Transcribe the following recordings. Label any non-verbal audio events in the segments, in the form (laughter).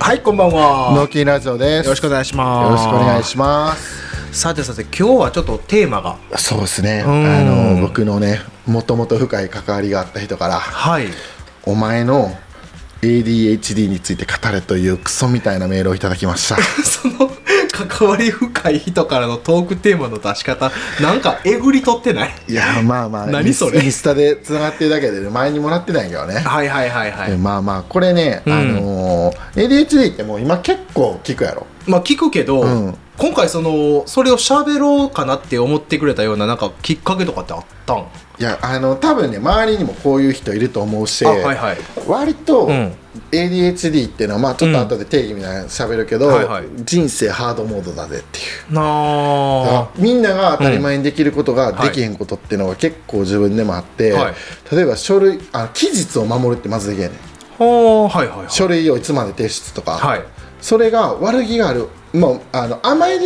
はいこんばんはのきラジオですよろしくお願いしますよろしくお願いしますさてさて今日はちょっとテーマがそうですねあうんの僕のねもともと深い関わりがあった人からはいお前の ADHD について語れというクソみたいなメールをいただきまし (laughs) た (laughs) その関わり深い人からのトークテーマの出し方なんかえぐり取ってないいやまあまあ何インスそれインスタでつながってるだけでね前にもらってないけどねはいはいはいはでいまあまあこれね、うんあのー ADHD ってもう今結構聞くやろまあ聞くけど、うん今回そのそれを喋ろうかなって思ってくれたようななんかきっかけとかってあったんいやあの多分ね周りにもこういう人いると思うし、あはいはい割とうん ADHD っていうのはまあちょっと後で定義みたいなの喋るけど、うんはいはい人生ハードモードだぜっていうなあみんなが当たり前にできることができへんことっていうのが結構自分でもあって、はい例えば書類あ期日を守るってまずできへんねんはあはいはいはい書類をいつまで提出とか、はいそれが悪気がある、まあ、あの甘え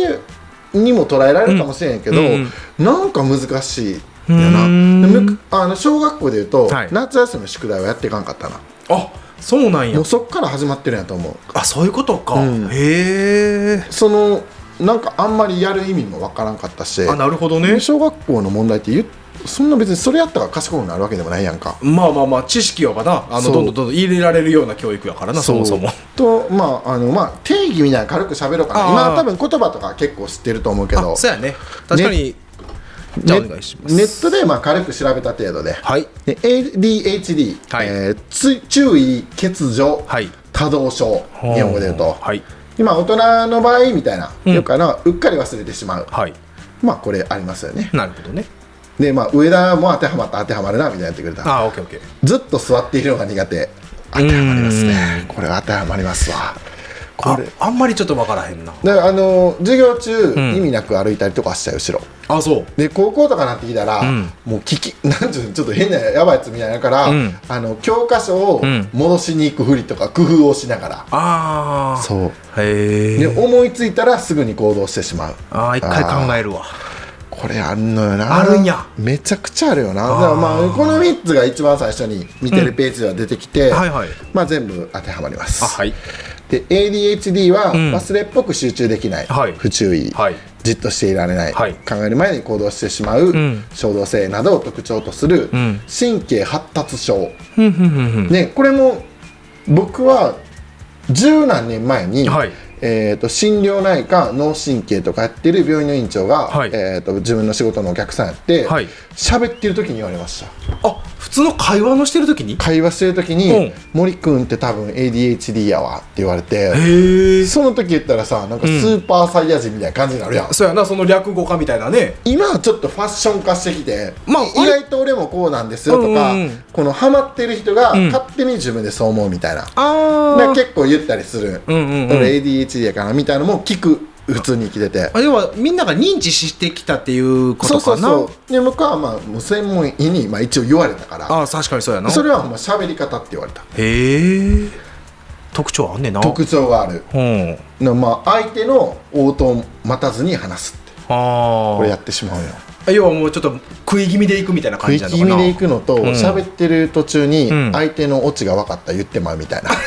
にも捉えられるかもしれんけど、うんうんなんか難しいようなーんでむくあの小学校でいうと、はい夏休みの宿題はやっていかんかったなあそうなんやもうそっから始まってるんやと思うあそういうことか、うんへえそのなんかあんまりやる意味もわからんかったしあなるほどね小学校の問題って言うそんな別にそれやったら賢くなるわけでもないやんかまあまあまあ知識はなあそのどうんどんどんどん入れられるような教育やからなそもそもとまああの、まあ、定義みたいなの軽く喋ろうかなあー今多分言葉とか結構知ってると思うけどあそうやね確かに、じゃあお願いしますネットでまあ軽く調べた程度ではいで ADHD、はいえーつ注意欠如、はい多動症日本語で言うと、はい今大人の場合みたいな、うんよくあのうっかり忘れてしまう、はいまあこれありますよねなるほどねでまあ上田も当てはまった当てはまるなみたいなやってくれたああオッケーオッケーずっと座っているのが苦手当てはまりますねこれは当てはまりますわこあれあんまりちょっとわからへんなだからあのー授業中、ん意味なく歩いたりとかしたよ後ろあそうで高校とかなってきたら、んもう聞き (laughs) なんていうのちょっと変なやばいやつみたいだから、うんあの教科書をうん戻しに行くふりとか工夫をしながら、ああそうへでえ思いついたらすぐに行動してしまうああ一回考ええるわこれあんのよなあるんやめちゃくちゃあるよなだからまあこの3つが一番最初に見てるページでは出てきて、はいはいまあ、全部当てはまりますあはいで ADHD はん忘れっぽく集中できない、はい不注意、はいじっとしていられない、はい考える前に行動してしまう、ん衝動性などを特徴とするん神経発達症、ふんふんふんふんねこれも僕は十何年前に、はいえー、と心療内科脳神経とかやってる病院の院長が、はいえー、と自分の仕事のお客さんやってはい喋、ってる時に言われましたあ普通の会話のしてる時に会話してる時うにん「森君って多分 ADHD やわ」って言われてへえその時言ったらさなんかスーパーサイヤ人みたいな感じになるやん、そうやなその略語化みたいなね今はちょっとファッション化してきて、まあ意外と俺もこうなんですよとか、うんうんうんこのハマってる人がん勝手に自分でそう思うみたいな、あだから結構言ったりする、うんうんうん俺 ADHD やからみたいなのも聞く普通に生きててあ要はみんなが認知してきたっていうことそうそかうなそうで僕はまあもう専門医に、まあ、一応言われたからああ確かにそうやなそれはもう喋り方って言われたへえ特徴あんねんな特徴があるうんあのまあ相手の応答を待たずに話すってあこれやってしまうよ要はもうちょっと食い気味でいくみたいな食感いじなの気かな味でいくのと喋ってる途中にうん相手のオチが分かったら言ってまうみたいな (laughs)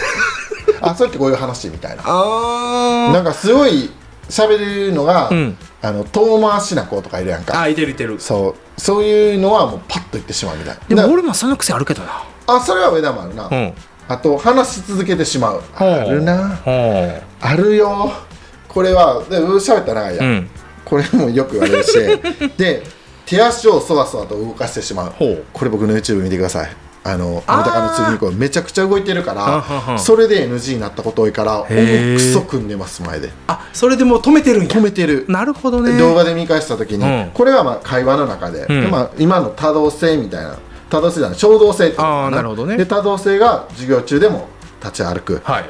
あそうやってこういう話みたいなあなんかすごい喋るのが、うんあの遠回しな子とかいるやんあかあいてるいてるそうそういうのはもうパッと言ってしまうみたいでなも俺もその癖あるけどなあそれは上田もあるな、うんあと話し続けてしまうあはあるなはあるよこれはで喋ったら長いや、あうんんこれもよく言われ (laughs) るしで手足をそわそわと動かしてしまうほうこれ僕の YouTube 見てくださいあのあーあなたの釣りに行こうめちゃくちゃ動いてるかあははらそれで NG になったこと多いから重へーくそ組んでます前であそれでもう止めてるんや止めてるなるほどね動画で見返した時に、うんこれはまあ会話の中で、んまあ、今の多動性みたいな多動性じゃない衝動性っていうのかあーなるほどねで多動性が授業中でも立ち歩く、はい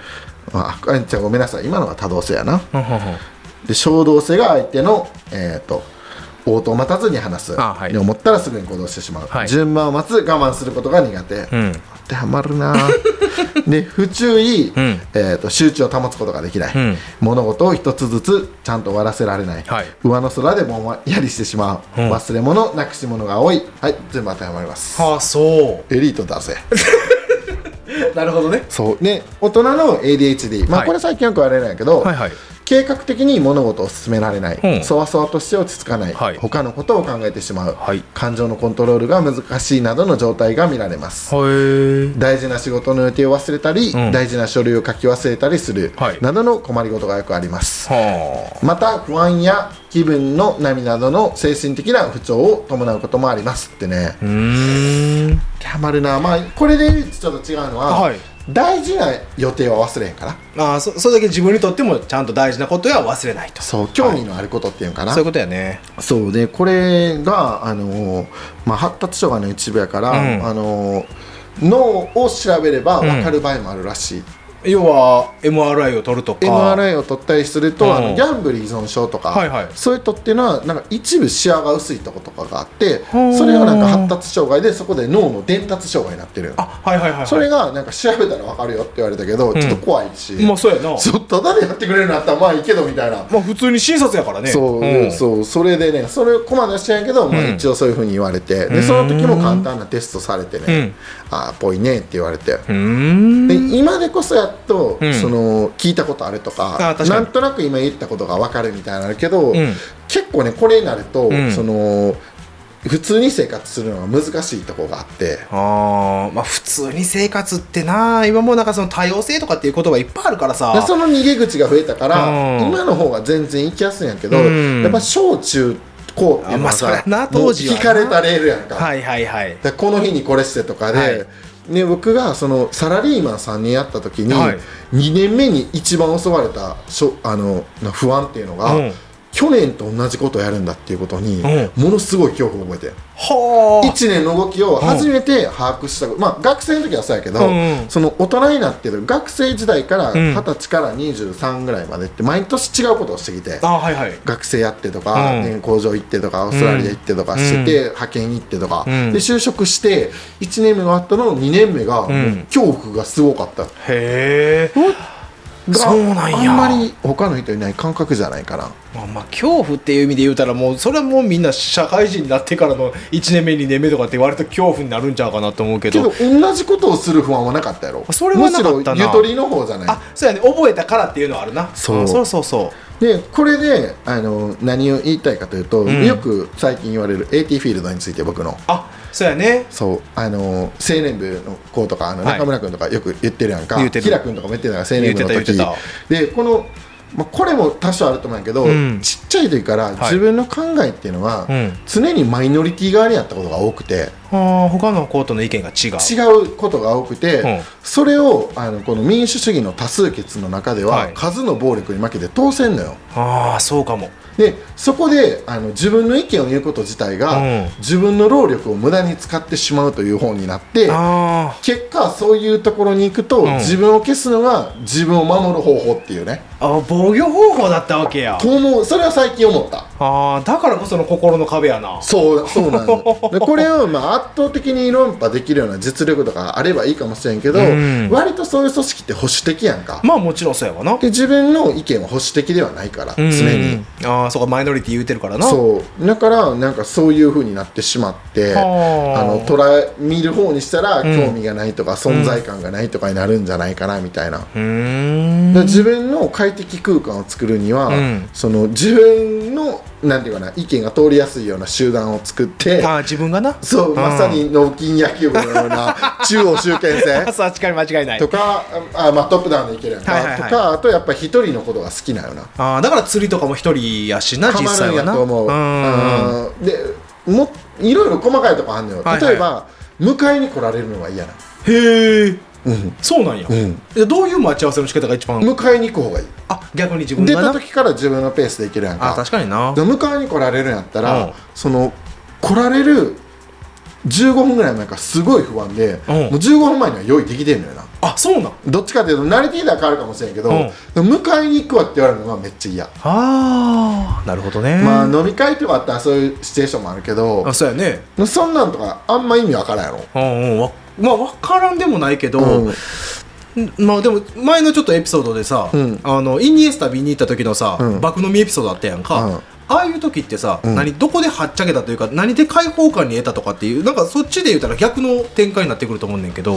まあ、あじゃあごめんなさい今のは多動性やなはんはんはんで衝動性が相手の、えー、と応答を待たずに話す、あはいで思ったらすぐに行動してしまう、はい順番を待つ我慢することが苦手、うん当てはま (laughs) るなで不注意、んえー、と集中を保つことができない、うん物事を一つずつちゃんと終わらせられない、はい上の空でもんやりしてしまう、うん忘れ物なくし物が多いはい全部当てはまりますはあそうエリートだぜなるほどねそうで大人の ADHD、まはあ、いこれ最近よく言われないけど、はいはい計画的に物事を進められない、うんそわそわとして落ち着かない、はい他のことを考えてしまう、はい感情のコントロールが難しいなどの状態が見られます、へえ大事な仕事の予定を忘れたり、うん大事な書類を書き忘れたりする、はいなどの困りごとがよくありますはまた不安や気分の波などの精神的な不調を伴うこともありますってねあうーんハマるなまあこれで言うとちょっと違うのは、はい大事な予定は忘れへんからああそそれだけ自分にとってもちゃんと大事なことや忘れないとそう興味のあることっていうのかな、そういうことやねそうでこれが、あのーまあ、発達障害の一部やから、うんあのー脳を調べれば分かる場合もあるらしい、要は MRI を取るとか MRI を取ったりすると、うんあのギャンブル依存症とか、はいはいそういう人っていうのはなんか一部視野が薄いとことかがあってうんそれがなんか発達障害でそこで脳の伝達障害になってるあはいはいはい、はい、それがなんか調べたら分かるよって言われたけど、ちょっと怖いし、まあそうやなそうただでやってくれるんだったらまあいいけどみたいな。まあ普通に診察やからねそう、うんそうそれでねそれをこまではしてないけど、まあ、一応そういうふうに言われて、でその時も簡単なテストされてね、ああぽいねって言われて、うーんで今でこそやっと、うんその聞いたことあるとかあ確かなにんとなく今言ったことが分かるみたいなのあるけど、ん結構ねこれになると、んその普通に生活するのは難しいとこがあって。あーまあ普通に生活ってな今もうなんかその多様性とかっていう言葉いっぱいあるからでさその逃げ口が増えたからうん今の方が全然行きやすいんやけど、うんやっぱ小中高っていうのはあまさあ、そりゃなもう当時は聞なかれたレールやんか、はいはいはいだからこの日にこれしてとかで、はいね、僕がそのサラリーマン3年やった時に、はい2年目に一番襲われたしょあのな不安っていうのが、うん去年と同じことをやるんだっていうことに、んものすごい恐怖を覚えてるはあ1年の動きを初めて把握した、まあ、学生の時はそうやけど、うんうんその大人になってる学生時代からん20歳から23ぐらいまでって毎年違うことをしてきて。あはいはい学生やってとか、うんね工場行ってとかオーストラリア行ってとかしてて、派遣行ってとか、んで就職して1年目があったの2年目が、もうん恐怖がすごかったへえがそうなんやあんまり他の人いない感覚じゃないかなまあまあ恐怖っていう意味で言うたらもうそれはもうみんな社会人になってからの1年目2年目とかって割と恐怖になるんちゃうかなと思うけけどど同じことをする不安はなかったやろそれはなかったなむしろゆとりの方じゃないあそうやね覚えたからっていうのはあるなそうんそうそうそうでこれであの何を言いたいかというと、んよく最近言われる AT フィールドについて僕のあそうやねそうあの青年部の子とかあのはい中村君とかよく言ってるやんか、言ってる平君とかも言ってたから青年部の言って時た言っでこの、まあ、これも多少あると思うんやけど、うんちっちゃい時から自分の考えっていうのは、うん常にマイノリティ側にあったことが多くてああ他のコートの意見が違う違うことが多くて、うんそれをあのこの民主主義の多数決の中では、はい数の暴力に負けて当選のよ。ああそうかもでそこであの自分の意見を言うこと自体が、うん自分の労力を無駄に使ってしまうという方になってあ結果そういうところに行くと、ん自分を消すのが自分を守る方法っていうねあー防御方法だったわけやと思うそれは最近思ったあーだからこその心の壁やなそう (laughs) そうなんよでこれを、まあ、圧倒的に論破できるような実力とかあればいいかもしれんけど、ん割とそういう組織って保守的やんか、まあもちろんそうやわなで自分の意見は保守的ではないから常うんに。ああそうかマイノリティ言うてるからなそうだからなんかそういう風になってしまってあはあの捉え見る方にしたら興味がないとか存在感がないとかになるんじゃないかなみたいな、だかうーんら自分の快適空間を作るには、うんその自分のなんていうかな意見が通りやすいような集団を作ってああ自分がなそうまさに脳筋野球部のような中央集権制あそう確かに間違いないとかあ、まあ、トップダウンでいけるやんか、はいはいはいとかあとやっぱ一人のことが好きなよなあーだから釣りとかも一人やしなハ実マ際るんはやなと思う。うんうんでもいろいろ細かいとこあんのよ。はいはい例えば、迎えに来られるのは嫌な。へえうんそうなんや、んえどういう待ち合わせの仕方が一番迎えに行く方がいい。あ逆に自分出がたな時から自分のペースで行けるやんあか。確かになで迎えに来られるんやったうら、んその来られる15分ぐらい前からすごい不安で、うんもう15分前には用意できてんのよな。あそうなんどっちかっていうと慣れていたら変わるかもしれんけど、うんでも迎えに行くわって言われるのはめっちゃ嫌。ああなるほどねまあ飲み会とかあったらそういうシチュエーションもあるけどあ、そうやねそんなんとかあんま意味わからんやろ。うんうんわまあ分からんでもないけど、うんまあでも前のちょっとエピソードでさ、んあのイニエスタ見に行った時のさ、うん爆飲みエピソードあったやんか、うんああいう時ってさ、何どこではっちゃけたというか何で解放感に得たとかっていうなんかそっちで言うたら逆の展開になってくると思うねんけど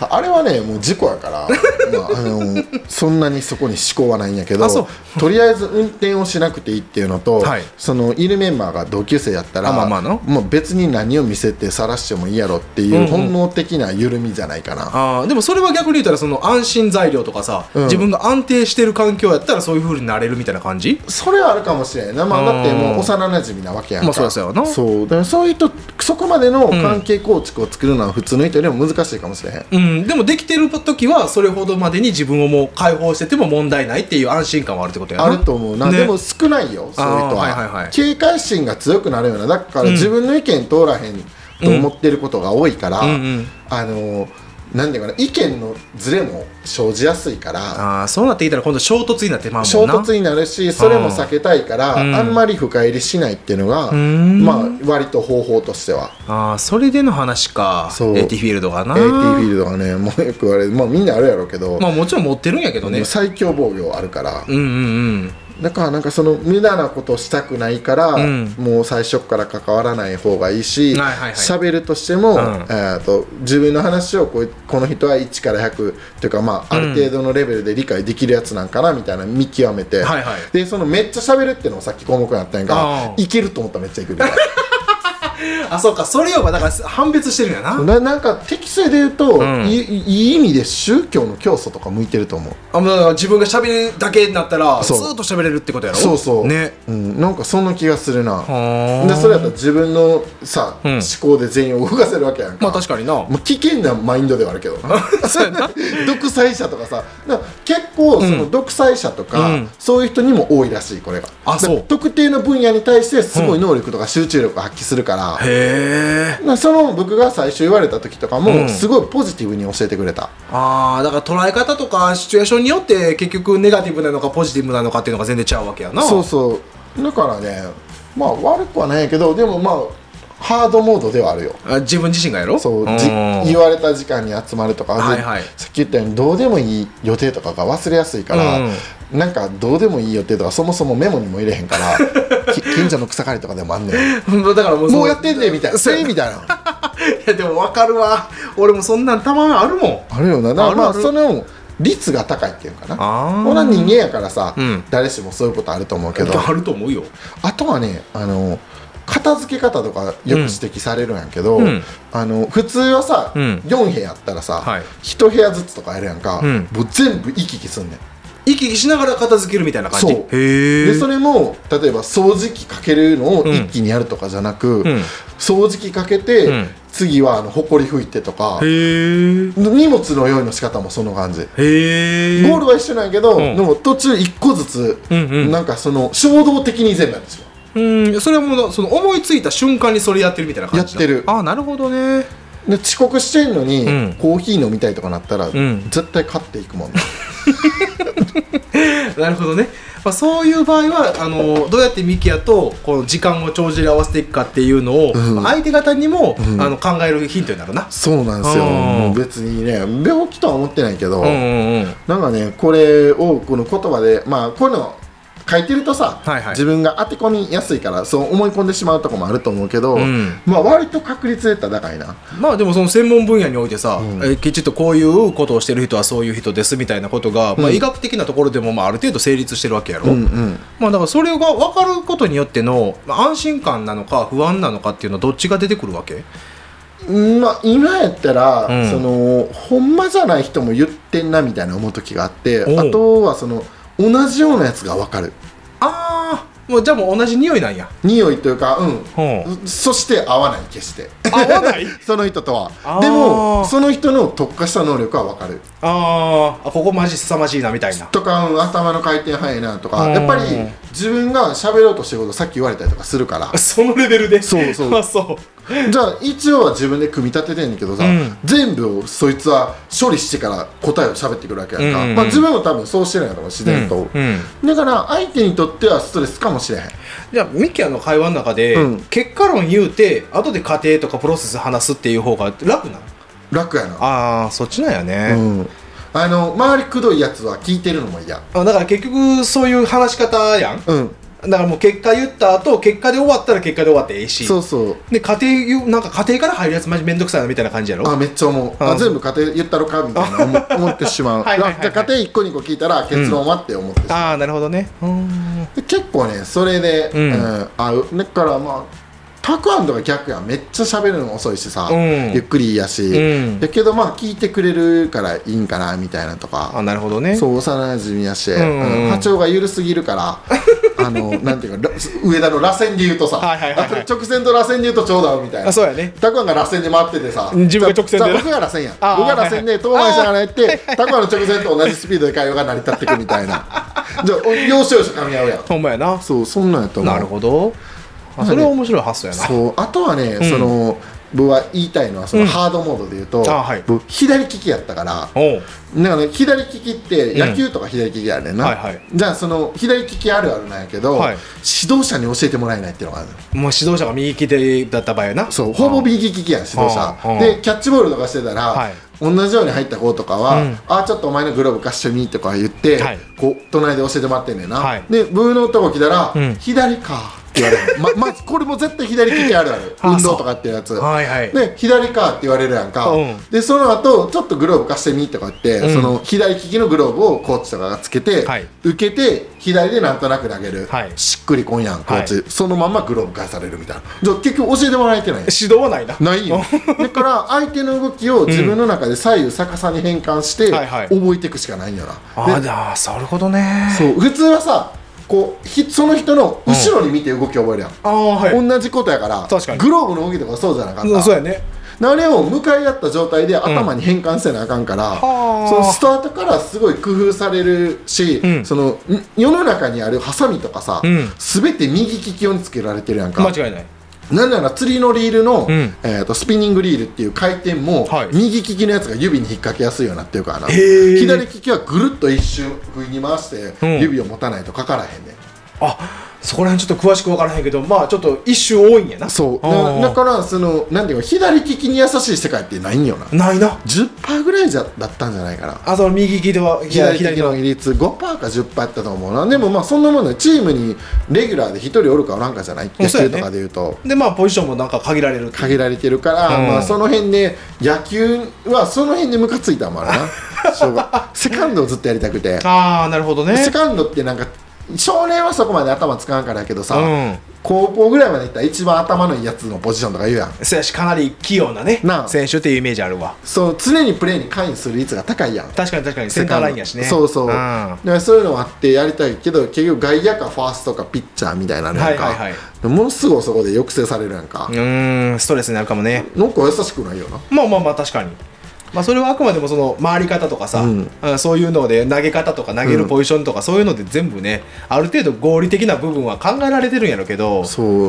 あれはねもう事故やから (laughs) まああのそんなにそこに思考はないんやけどあそうとりあえず運転をしなくていいっていうのと、はいそのいるメンバーが同級生やったらあまあまあなもう別に何を見せて晒してもいいやろっていう本能的な緩みじゃないかな、あーでもそれは逆に言うたらその安心材料とかさ、ん自分が安定してる環境やったらそういう風になれるみたいな感じそれはあるかもしれないな、まあ、だってもうんう幼なじみなわけやんか、まあそうですよなそうだからそういうとそこまでの関係構築を作るのは普通の人よりも難しいかもしれへん、うん、でもできてる時はそれほどまでに自分をもう解放してても問題ないっていう安心感はあるってことやなあると思うな、ねでも少ないよそういうあー人は、はいはいはい警戒心が強くなるようなだから自分の意見通らへんと思ってることが多いから、うんうんあのなんていうかな意見のズレも生じやすいからあーそうなってきたら今度衝突になってまうもんな衝突になるしそれも避けたいから、んあんまり深入りしないっていうのが、んまあ割と方法としては。ああそれでの話かそうエティフィールドがな AT フィールドがねもうよく言われるまあみんなあるやろうけど、まあもちろん持ってるんやけどね最強防御あるから、うんうんうんだからなんかその無駄なことしたくないから、んもう最初から関わらない方がいいはしいはいはい喋、るとしても、んえーと自分の話をこうこの人は1から100というか、まあ、ある程度のレベルで理解できるやつなんかなみたいな見極めて、はいはいでそのめっちゃ喋るっていうのもさっき項目にあったんやんあかーいけると思ったらめっちゃいくみたいな。 (laughs) あそうかそれをだから判別してるんやなななんか適正で言うと、んいいいい意味で宗教の教祖とか向いてると思うあまあだから自分が喋るだけになったらずそうーっと喋れるってことやろそうそう、ねうん、なんかそんな気がするなはーでそれやったら自分のさ、ん思考で全員を動かせるわけやんかまあ確かになまあ危険なマインドではあるけど (laughs) そうやな独裁者とかさだから結構その独裁者とか、うんそういう人にも多いらしいこれがあそうだから特定の分野に対してすごい能力とか集中力を発揮するから、へえだからその僕が最初言われた時とかうんもすごいポジティブに教えてくれた、ああだから捉え方とかシチュエーションによって結局ネガティブなのかポジティブなのかっていうのが全然違うわけやなそうそうだからねまあ悪くはないけどでもまあハードモードではあるよあ自分自身がやろそううんじ言われた時間に集まるとか、はいではいさっき言ったようにどうでもいい予定とかが忘れやすいから、なんかどうでもいい予定とかそもそもメモにも入れへんから (laughs) き近所の草刈りとかでもあんねん (laughs) だからもうそのもうやってんねみたいな「せーみたいな (laughs) いやでも分かるわ俺もそんなんたまにあるもんあるよなだからまああるあるその率が高いっていうかなあーほら人間やからさ、うん誰しもそういうことあると思うけどあると思うよあとはねあの片付け方とかよく指摘されるんやけど、うんあの普通はさ、うん4部屋あったらさ、はい1部屋ずつとかやるやんか、うんもう全部行き来すんねん行き来しながら片付けるみたいな感じそうへでそれれも例えば掃除機かけるのを一気にやるとかじゃなく、ん掃除機かけて、うん次はあの埃拭いてとか、へえ荷物の用意の仕方もその感じへえゴールは一緒なんやけど、んでも途中1個ずつ、うんうんなんかその衝動的に全部やってしまううんそれはもうその思いついた瞬間にそれやってるみたいな感じだやってるああなるほどね (laughs) で遅刻してんのに、うんコーヒー飲みたいとかなったら、ん絶対勝っていくもんねなるほどね、まあ、そういう場合はあのどうやってミキヤとこの時間を帳尻合わせていくかっていうのを、んまあ相手方にも、あの考えるヒントになるなそうなんですよあーもう別にね病気とは思ってないけど、んうんなんかねこれをこの言葉でまあこういうの書いてるとさ、はいはい自分が当て込みやすいからそう思い込んでしまうとこもあると思うけど、んまあ割と確率で言ったら高いなまあでもその専門分野においてさ、えーきちっとこういうことをしてる人はそういう人ですみたいなことが、まあ、医学的なところでもまあある程度成立してるわけやろ、うんうんまあ、だからそれが分かることによってのまあ安心感なのか不安なのかっていうのはどっちが出てくるわけうんまあ、今やったら、うんそのほんまじゃない人も言ってんなみたいな思う時があっておうあとはその同じようなやつが分かるああもうじゃあもう同じ匂いなんや匂いというかうんほそして合わない決して合わない (laughs) その人とはあーでもその人の特化した能力は分かるあーあここマジ凄まじいなみたいなとか、うん頭の回転早いなとかうんやっぱり自分が喋ろうとしてることさっき言われたりとかす (laughs) るから (laughs) そのレベルでそうそう (laughs) あそうじゃあ一応は自分で組み立ててんねんけどさ、うん全部をそいつは処理してから答えを喋ってくるわけやんか、うんうんうんまあ、自分も多分そうしてるんやと思う自然と、うんだから相手にとってはストレスかもしれへんじゃあミキアの会話の中で、うん結果論言うて後で過程とかプロセス話すっていう方が楽なの楽やなああそっちなんやうね、んあの周りくどいやつは聞いてるのも嫌あだから結局そういう話し方やんうんだからもう結果言った後結果で終わったら結果で終わってええしそうそうで家庭なんか家庭から入るやつマジめんどくさいなみたいな感じやろあめっちゃ思うああ全部家庭言ったろかみたい (laughs) な思思ってしまうはいはいはいはいだから家庭一個二個聞いたら結論はって思ってしまう、ああなるほどねうんで結構ねそれで、ううんん合うだからまあたくあんとか逆やんめっちゃ喋るの遅いしさ、うんゆっくりやし、うんだけどまあ聞いてくれるからいいんかなみたいなとあかなるほどねそう幼馴染やし、んうんうん波長が緩すぎるから (laughs) あのなんていうかラ上田の螺旋で言うとさ、はいはいはいはいあと直線と螺旋で言うとちょうど合うみたいなあそうやねタコアンが螺旋で回っててさ自分が直線でさ僕が螺旋やん僕あーが螺旋はいはいで遠回りしながらやってタコアンの直線と同じスピードで会話が成り立っていくみたい (laughs) なじゃあお要所要所噛み合うやんほんまやなそうそんなんやと思うなるほどあそれは面白い発想やなそうあとはね、その僕は言いたいのはそうの、んハードモードで言うと、あはい僕左利きやったからおうなんかね、左利きって野球とか左利きやねんな、はいはいじゃあその左利きあるあるなんやけど、はい指導者に教えてもらえないっていうのがあるのもう指導者が右利き手だった場合やなそうほぼ右利きやん指導者うんうでキャッチボールとかしてたら、はい同じように入った子とかは「うんあちょっとお前のグローブ貸してみ」とか言って、はいこう隣で教えてもらってんねんな、はいでブーのとこ来たら「うん左か」って言われるままずこれも絶対左利きあるあるあ運動とかっていうやつはいはいで左かって言われるやんか、うんでその後ちょっとグローブ貸してみとか言って、んその左利きのグローブをコーチとかがつけて、はい受けて左でなんとなく投げる、はいしっくりこんやんコーチ、はそのまんまグローブ返されるみたいなじゃあ結局教えてもらえてないやん指導はないなないよ (laughs) だから相手の動きを自分の中で左右逆さに変換してはいはい覚えていくしかないんよな、あであそういうことねそう普通はさこうひその人の後ろに見て動きを覚えるやん、ああはい同じことやから確かにグローブの動きとかそうじゃなかった、うんそうやねあれを向かい合った状態で頭に変換せなあかんから、はあそのスタートからすごい工夫されるし、んそのん世の中にあるハサミとかさ、ん全て右利き用につけられてるやんか間違いないなんなら釣りのリールの、んえー、とスピニングリールっていう回転も、はい右利きのやつが指に引っ掛けやすいようになってるからなー左利きはぐるっと一周振りに回して、うん指を持たないとかからへんねんあそこら辺ちょっと詳しく分からへんけどまあちょっと一周多いんやなそうあーだだからそのなんていうか左利きに優しい世界ってないんよなないな10%ぐらいじゃだったんじゃないかなあその右利きでは左左左利きのの比率5%か10%やったと思うなでもまあそんなもんねチームにレギュラーで1人おるかおらんかじゃないうん野そうや球ねとかでいうとでまあポジションもなんか限られるっていう限られてるから、うんまあ、その辺で野球はその辺でムカついたんもある (laughs) なしょうがセカンドをずっとやりたくてああなるほどねセカンドってなんか少年はそこまで頭使わんからやけどさ、うん高校ぐらいまでいったら一番頭のいいやつのポジションとか言うやんそうやしかなり器用なねなあ選手っていうイメージあるわそう常にプレーに関与する率が高いやん確かに確かにセンターラインやしねそうそう、だんからそういうのもあってやりたいけど結局外野かファーストかピッチャーみたいなのやんか、はいはいはものすごいそこで抑制されるやんかう、ーんストレスになるかもねなんか優しくないよなまあまあまあ確かにまあそれはあくまでもその回り方とかさ、うんうんそういうので投げ方とか投げるポジションとか、そういうので全部ねある程度合理的な部分は考えられてるんやろうけどそうう、ん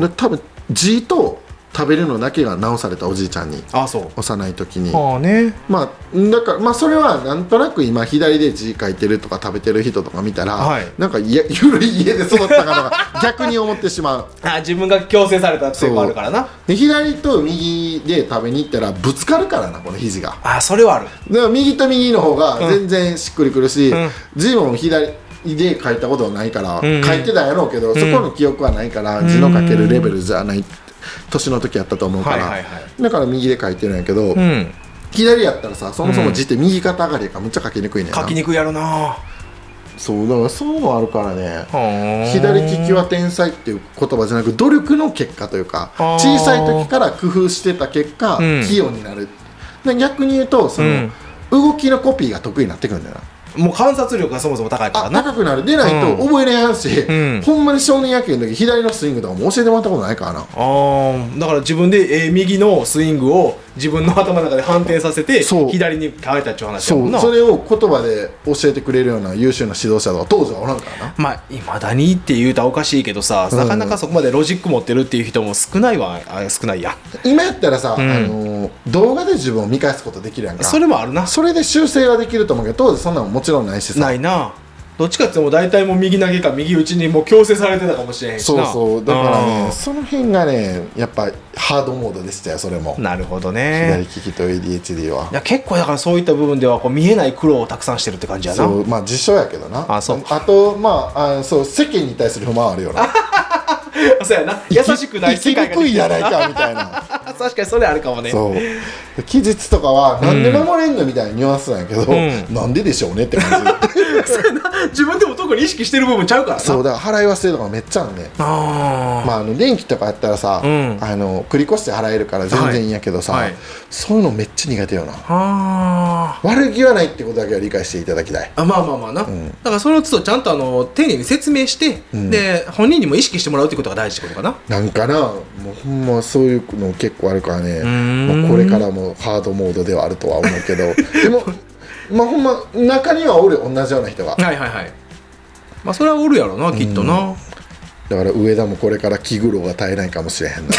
で多分字と食べるのだけが直されたおじいちゃんにあそう幼い時に、ああねまあだからまあそれはなんとなく今左で字書いてるとか食べてる人とか見たら、はいなんかいやゆるい家で育ったかのが逆に思ってしまうあ自分が強制されたっていうのもあるからなで左と右で食べに行ったらぶつかるからなこの肘があそれはあるだから右と右の方が全然しっくりくるし、ん字も左で書いたことはないから、ん書いてたんやろうけど、そこの記憶はないから字の書けるレベルじゃない年の時やったと思うから、はいはいはいだから右で書いてるんやけど、うん左やったらさそもそも字って右肩上がりやからむっちゃ書きにくいねんな書きにくいやろなそうだからそうもあるからね左左利きは天才っていう言葉じゃなく努力の結果というかあー小さい時から工夫してた結果、うん器用になるで逆に言うとその、うん動きのコピーが得意になってくるんだよなもう観察力がそもそも高いかあらな高くなるでないと覚えれやんし、んほんまに少年野球の時左のスイングとかも教えてもらったことないからなあーだから自分で、えー右のスイングを自分の頭の中で反転させてそう左に変えたっちゅう話やそもんうなそれを言葉で教えてくれるような優秀な指導者とか当時はおらんからなまあいまだにって言うたらおかしいけどさ、んなかなかそこまでロジック持ってるっていう人も少ないわあ少ないや今やったらさ、んあのー動画で自分を見返すことできるやんかそれもあるなそれで修正はできると思うけど当時そんなのもちろんないしさないなどっちかっていうともう大体もう右投げか右打ちにもう強制されてたかもしれへんしそうなそうだからね、うんその辺がねやっぱハードモードでしたよそれも、なるほどね左利きと ADHD はいや結構だからそういった部分ではこう見えない苦労をたくさんしてるって感じやなそうまあ自称やけどなあそうとまああそう世間に対する不満はあるよな (laughs) そうやな優しくない世界が生きにくでいきたやないかみたいな (laughs) 確かにそれあるかもねそう期日とかはなんで守れんのみたいなニュアンスなんやけど、うなんででしょうねって感じ自 (laughs) 分でも特に意識してる部分ちゃうからそうなだから払い忘れとかめっちゃあんねあまあ、あの電気とかやったらさ、うんあの繰り越して払えるから全然いいんやけどさ、はいはいそういうのめっちゃ苦手よなああ悪気はないってことだけは理解していただきたいあまあまあまあな、んだからその都度ちゃんとあの丁寧に説明して、んで本人にも意識してもらうってことが大事ってことかななんかなもうほんまそういうの結構あるからねーんまあこれからもハードモードではあるとは思うけどでもまあほんま中にはおる同じような人がはいはいはいまあそれはおるやろなきっとな、だから上田もこれから気苦労が絶えないかもしれへんな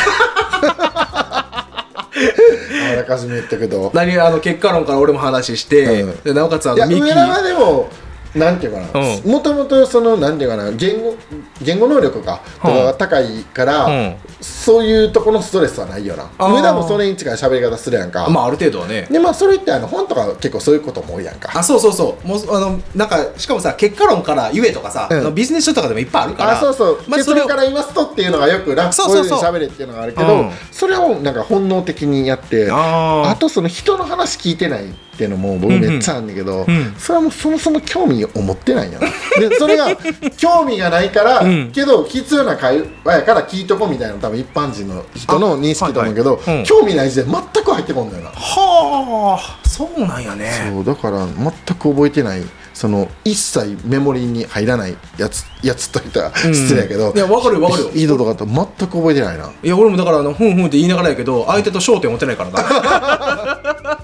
あらかじめ言ったけど何あの結果論から俺も話して、うんでなおかつあいのやミ上キ田はでもなんていうかなうもともとそのなんていうかな言語言語能力かとかが高いから、うんそういうとこのストレスはないよなあー上田もそれに近い喋り方するやんか、まあある程度はねでまあそれってあの本とか結構そういうことも多いやんかあそうそうそうもうあのなんかしかもさ結果論から言えとかさ、うんあのビジネス書とかでもいっぱいあるからあそうそう、まあ、そ結れを論から言いますとっていうのがよく楽そうこうそいううふそううに喋れっていうのがあるけど、うんそれをなんか本能的にやってあーあとその人の話聞いてないっていうのも僕うんうんめっちゃあるんだけど、うんそれはもうそもそも興味を持ってないんやな (laughs) でそれが興味がないから、んけど必要な会話やから聞いとこみたいな多分一般人の人の認識と思うけど、いはいうん興味ない時点で全く入ってこんだよな、はあそうなんやねそうだから全く覚えてないその一切メモリーに入らないやつやつと言ったら失礼やけど、いやわかるよわかるよ井戸とかと全く覚えてないないや俺もだからあのふんふんって言いながらやけど相手と焦点持てないから (laughs) な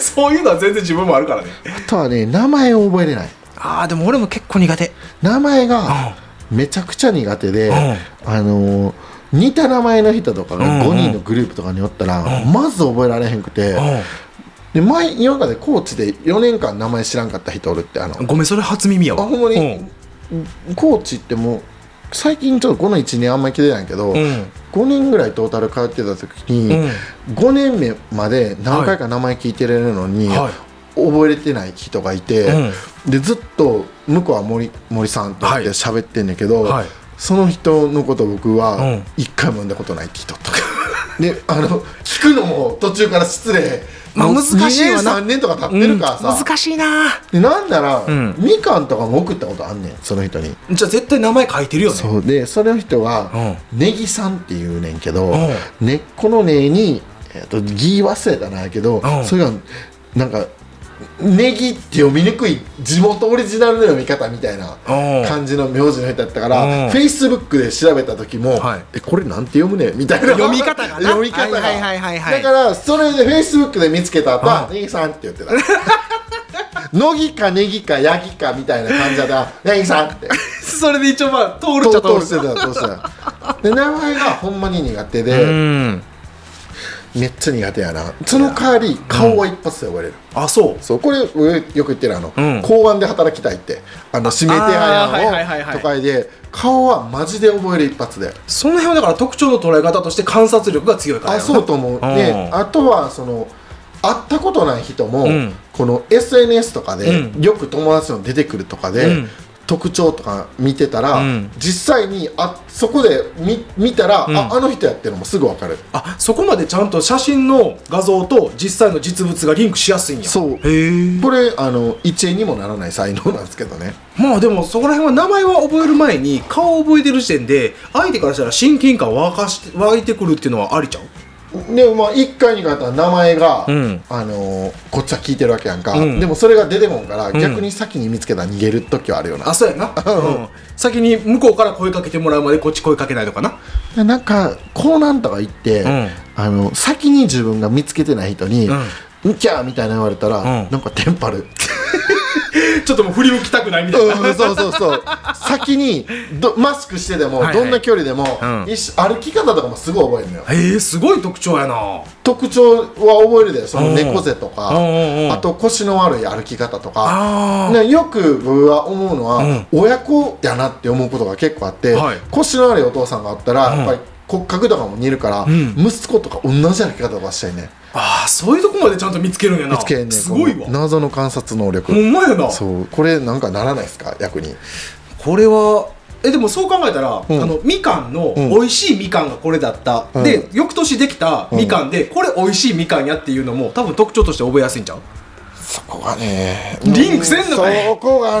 そういうのは全然自分もあるからねあとはね名前を覚えれないああでも俺も結構苦手名前がめちゃくちゃ苦手で、んあのー似た名前の人とかうんうがん5人のグループとかにおったら、まず覚えられへんくて、で前今まで高知で4年間名前知らんかった人おるってあのごめんそれ初耳やあわほんまうに、高知ってもう最近ちょっとこの1年あんまり来てないけど、うん5年ぐらいトータル通ってた時うに、ん5年目まで何回か名前聞いてれるのに、はい覚えれてない人がいて、でずっと向こうは森森さんとは言いって喋ってんだけど、はいその人のこと僕うはん一回も読んだことないって人とか。 (laughs) であの聞くのも途中から失礼、まあ難しいわな2年3年とか経ってるからさ、うん難しいなでなんなら、んみかんとかも送ったことあんねんその人にじゃあ絶対名前書いてるよねそうでその人がネギさんって言うねんけど、根っこの根に、えっとギー忘れたなんやけど、うんそれがなんかネギって読みにくい地元オリジナルの読み方みたいなうん感じの名字の人だったかうらんフェイスブックで調べた時もはい「えこれなんて読むねん」みたいな読み方がな読み方がはいはいはいはいはいだからそれでフェイスブックで見つけた後はう「ネギさん」って言ってた (laughs) 野木かネギかヤギかみたいな感じだったら「ネギさん」って。それで一応まあ通るっちゃ通通してた通してたで名前がほんまに苦手るでんめっちゃ苦手やなその代わり顔は一発で覚えれる、あそうそうこれ俺よく言ってるあの、うん公安で働きたいってあの指名手あーはいはいはい配は案いを都会で顔はマジで覚える一発でその辺はだから特徴の捉え方として観察力が強いからあやろそうと思うでうんあとはその会ったことない人も、うんこの SNS とかで、うよく友達の出てくるとかで、うん特徴とか見てたら、うん実際にあそこで見見たら、んああの人やってるのもすぐ分かるあそこまでちゃんと写真の画像と実際の実物がリンクしやすいんやそうへえこれあの一円にもならない才能なんですけどねまあでもそこら辺は名前は覚える前に顔を覚えてる時点で相手からしたら親近感湧かして湧いてくるっていうのはありちゃうでまあ1回に変わったら名前が、うんあのーこっちは聞いてるわけやんか、うんでもそれが出てもんから、逆に先に見つけたら逃げる時はあるよなあそうやな、うん、先に向こうから声かけてもらうまでこっち声かけないとかなでなんかこうなんとか言って、んあの先に自分が見つけてない人に「うん、キャー」みたいな言われたら、うんなんかテンパるちょっともう振り向きたくないみたいな、うん、 (laughs) そうそうそう先にどマスクしてでも、はいはいどんな距離でも、うん一緒歩き方とかもすごい覚えるのよえー、すごい特徴やな特徴は覚えるでその猫背とか、うんうんうんうんあと腰の悪い歩き方とか、あね、よく僕は思うのは、うん親子やなって思うことが結構あって、はい腰の悪いお父さんがあったら、うんやっぱり骨格とかも似るから、ん息子とか同じ歩き方とかしたいねあーそういうとこまでちゃんと見つけるんやな見つけんねんすごいこわの謎の観察能力、ほんまやなそうこれなんかならないですか役にこれはえでもそう考えたら、うんあのみかんのうん美味しいみかんがこれだった、うんで翌年できたみかんで、これ美味しいみかんやっていうのも多分特徴として覚えやすいんちゃ (laughs) うそこがねリンクせんのかいそこが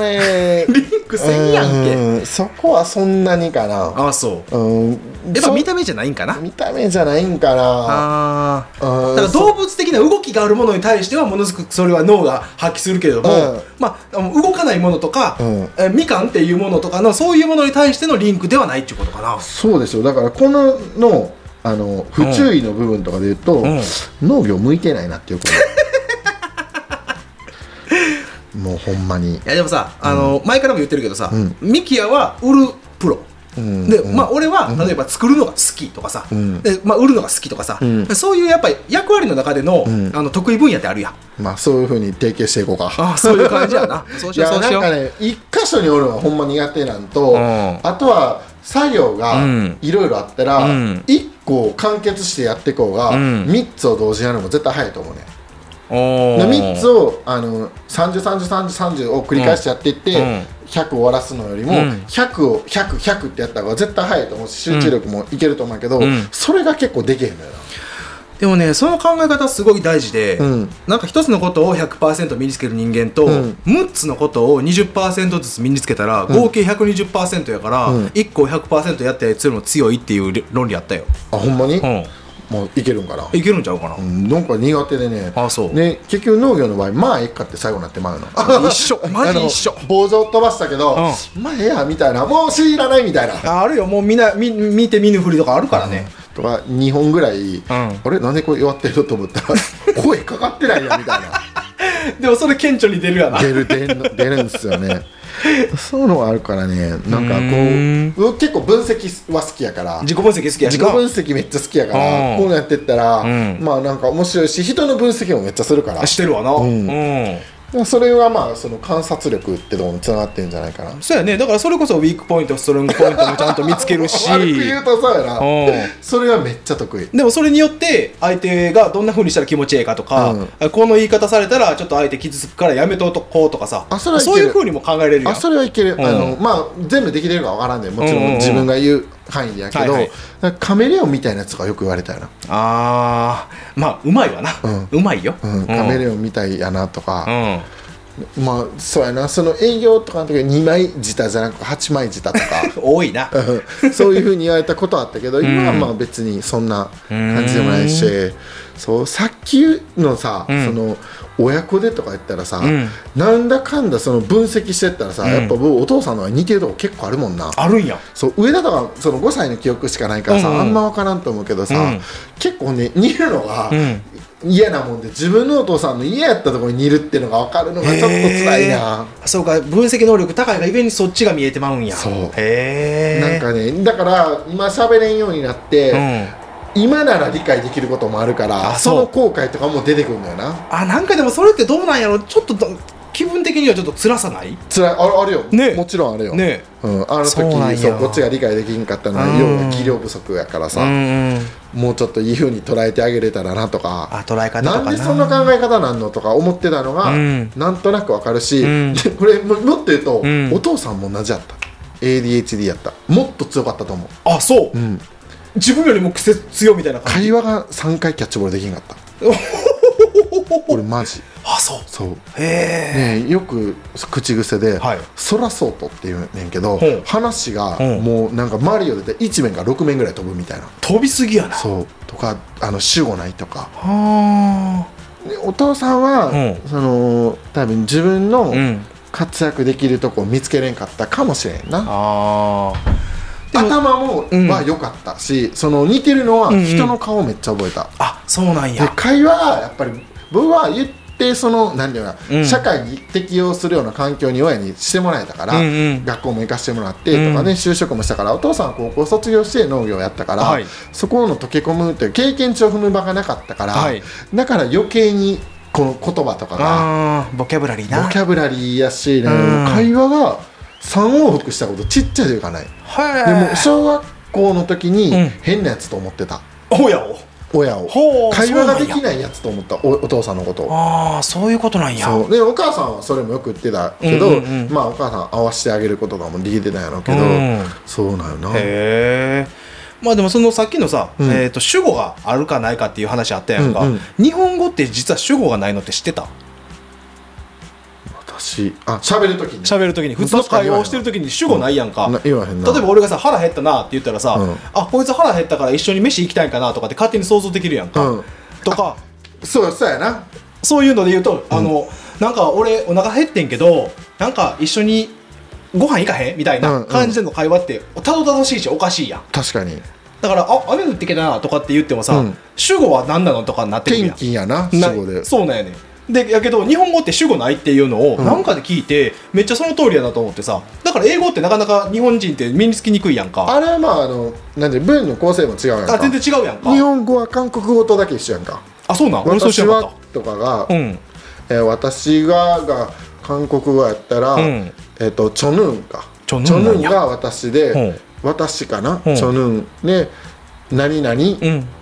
(laughs) ねリンクせんやんけ、うんそこはそんなにかなああそううんやっぱそ見た目じゃないんかな見た目じゃないんかなああうんだから動物的な動きがあるものに対してはものすごくそれは脳が発揮するけれども、うんまああの動かないものとか、うんえーみかんっていうものとかのそういうものに対してのリンクではないっていうことかなそうですよだからこののあの不注意の部分とかで言うと、ん農業向いてないなっていうこともう (laughs) ほんまにいやでもさ、あの前からも言ってるけどさ、うんミキヤは売るプロ、んで、まあ、俺は例えば作るのが好きとかさ、んでまあ、売るのが好きとかさ、んそういうやっぱり役割の中での,、んあの得意分野ってあるやんまあそういうふうに提携していこうかあそういう感じやな (laughs) そういしようやそうなしよんうかね一箇所におるのはほんま苦手なんと、うんあとは作業がうんいろいろあったら、うん一個を完結してやっていこうが、うん三つを同時にやるのも絶対早いと思うねおでー3つをあの30、30、30、30を繰り返してやっていって、うん100終わらすのよりも、うん100を100、100ってやった方が絶対早いと思うし集中力もいけると思うけど、うんそれが結構できへんのよな。でもねその考え方すごい大事で、うんなんか一つのことを100%身につける人間と、うん6つのことを20%ずつ身につけたら合計120%やから、うん1個を100%やったやつよりも強いっていう論理あったよ、あほんまうに、ん、もういけるんかな、いけるんちゃうかな、うんなんか苦手でねあそうね結局農業の場合まあええかって最後になってまうの一緒マジ一緒あの棒状飛ばしたけど、まあええやみたいなもう知らないみたいなああるよもうみんなみ見て見ぬふりとかあるからね、とか2本ぐらい、あれなんでこれ弱ってると思ったら声かかってないよみたいな。でもそれ顕著に出るやな出る出るの出るんです (laughs) よねそういうのがあるからねなんかこう結構分析は好きやから自己分析好きや (laughs) 自し己な分析めっちゃ好きやからうんこうやってったら、んまあなんか面白いし人の分析もめっちゃするからしてるわな、んうんそれはまあその観察力ってところにつながってるんじゃないかなそうやねだからそれこそウィークポイントストロングポイントもちゃんと見つけるし悪く言うとそうやなうんそれはめっちゃ得意でもそれによって相手がどんな風にしたら気持ちいいかとか、うんあこの言い方されたらちょっと相手傷つくからやめとこうとかさあそれはいけるういう風にも考えれるやあんそれはいける、んあのまあ全部できてるかわからんでもちろうんうんうんん自分が言う範囲でやけど、はいはいなんかカメレオンみたいなやつがよく言われたよなあーまあうまいわな、うまいよ、うん、カメレオンみたいやなとうか、んまあそうやなその営業とかの時は2枚舌じゃなく8枚舌とか (laughs) 多いなうんそういうふうに言われたことはあったけど今はまあ別にそんな感じでもないしそうさっきのさ、その親子でとか言ったらさ、なんだかんだその分析してったらさ、やっぱ僕お父さんの方が似てるとこ結構あるもんな。あるんやそう上田とかその5歳の記憶しかないからさ、うんうんあんま分からんと思うけどさ、うん結構ね似るのがん嫌なもんで自分のお父さんの家やったところに似るっていうのが分かるのがちょっと辛いな。へーそうか分析能力高いがゆえにそっちが見えてまうんやそうへえなんかねだから今喋れんようになって、今なら理解できることもあるからあそそうの後悔とかも出てくるんだよなあなんかでもそれってどうなんやろちょっとど気分的にはちょっと辛さない辛いああるよ、ねもちろんあるよ、ねうん、あの時そそうなんやうこっちが理解できんかったのはうん要は技量不足やからさ、んもうちょっといいふうに捉えてあげれたらなとかあ捉え方とかなんでそんな考え方なんのとか思ってたのが、うんなんとなくわかるし、うんでこれももっと言うと、んお父さんも同じやった ADHD やったもっと強かったと思う、あそう、うん、自分よりも癖強いみたいな感じ会話が3回キャッチボールできん (laughs) かった俺マジあそうそうへえねえよく口癖ではい「そらそうと」って言うねんけど、うん話がうんもうなんかマリオで1面から6面ぐらい飛ぶみたいな、飛びすぎやなそうとかあの主語ないとかはでお父さんは、うんその多分自分のあうん活躍できるとこを見つけれんかったかもしれんなあでも頭もうんは良かったし、その似てるのはうんうん人の顔めっちゃ覚えた、あそうなんでや会話がやっぱり僕は言定その何て言うのかな、うん社会に適用するような環境に親にしてもらえたから、うんうん学校も行かしてもらってとかね、就職もしたからお父さんは高校卒業して農業やったから、はいそこの溶け込むっていう経験値を踏む場がなかったから、はいだから余計にこの言葉とかがあーボキャブラリーなボキャブラリーやし、ねん会話が3往復したことちっちゃいというかない。ではも小学校の時にうん変なやつと思ってた、いおやお親をほう会話がでそうきないやつと思ったおお父さんのことをああそういうことなんやそうでお母さんはそれもよく言ってたけど、うんうんうんまあお母さん合わせてあげることとかもできてたんやろうけど、うんそうなんよなへえまあでもそのさっきのさ、んえー、と主語があるかないかっていう話あったやんか、うんうん日本語って実は主語がないのって知ってた私あ喋る時に喋る時に普通の会話をしてる時に主語ないやんか、な言わへんな例えば俺がさ腹減ったなって言ったらさ、うんあこいつ腹減ったから一緒に飯行きたいんかなとかって勝手に想像できるやんか、うんとかそうそうやなそういうので言うと、あのなんか俺お腹減ってんけどなんか一緒にご飯行かへんみたいうんうなん感じでの会話ってたどたどしいしおかしいやん確かにだから「あ雨降ってきたな」とかって言ってもさ、うん主語は何なのとかになってくる天やん気やなな主語でそうなんやねんでやけど日本語って主語ないっていうのをうんなんかで聞いて、めっちゃその通りやなと思ってさだから英語ってなかなか日本人って身につきにくいやんかあれはまああのなんて文の構成も違うやんあか全然違うやんか日本語は韓国語とだけ一緒やんかあそうなん俺そうし私なかっはとかが、たうんえー私がが韓国語やったら、うんえっ、とチョヌーンかチョヌーンなんやが私ほでう私かな、ほうチョヌーンで何々、ん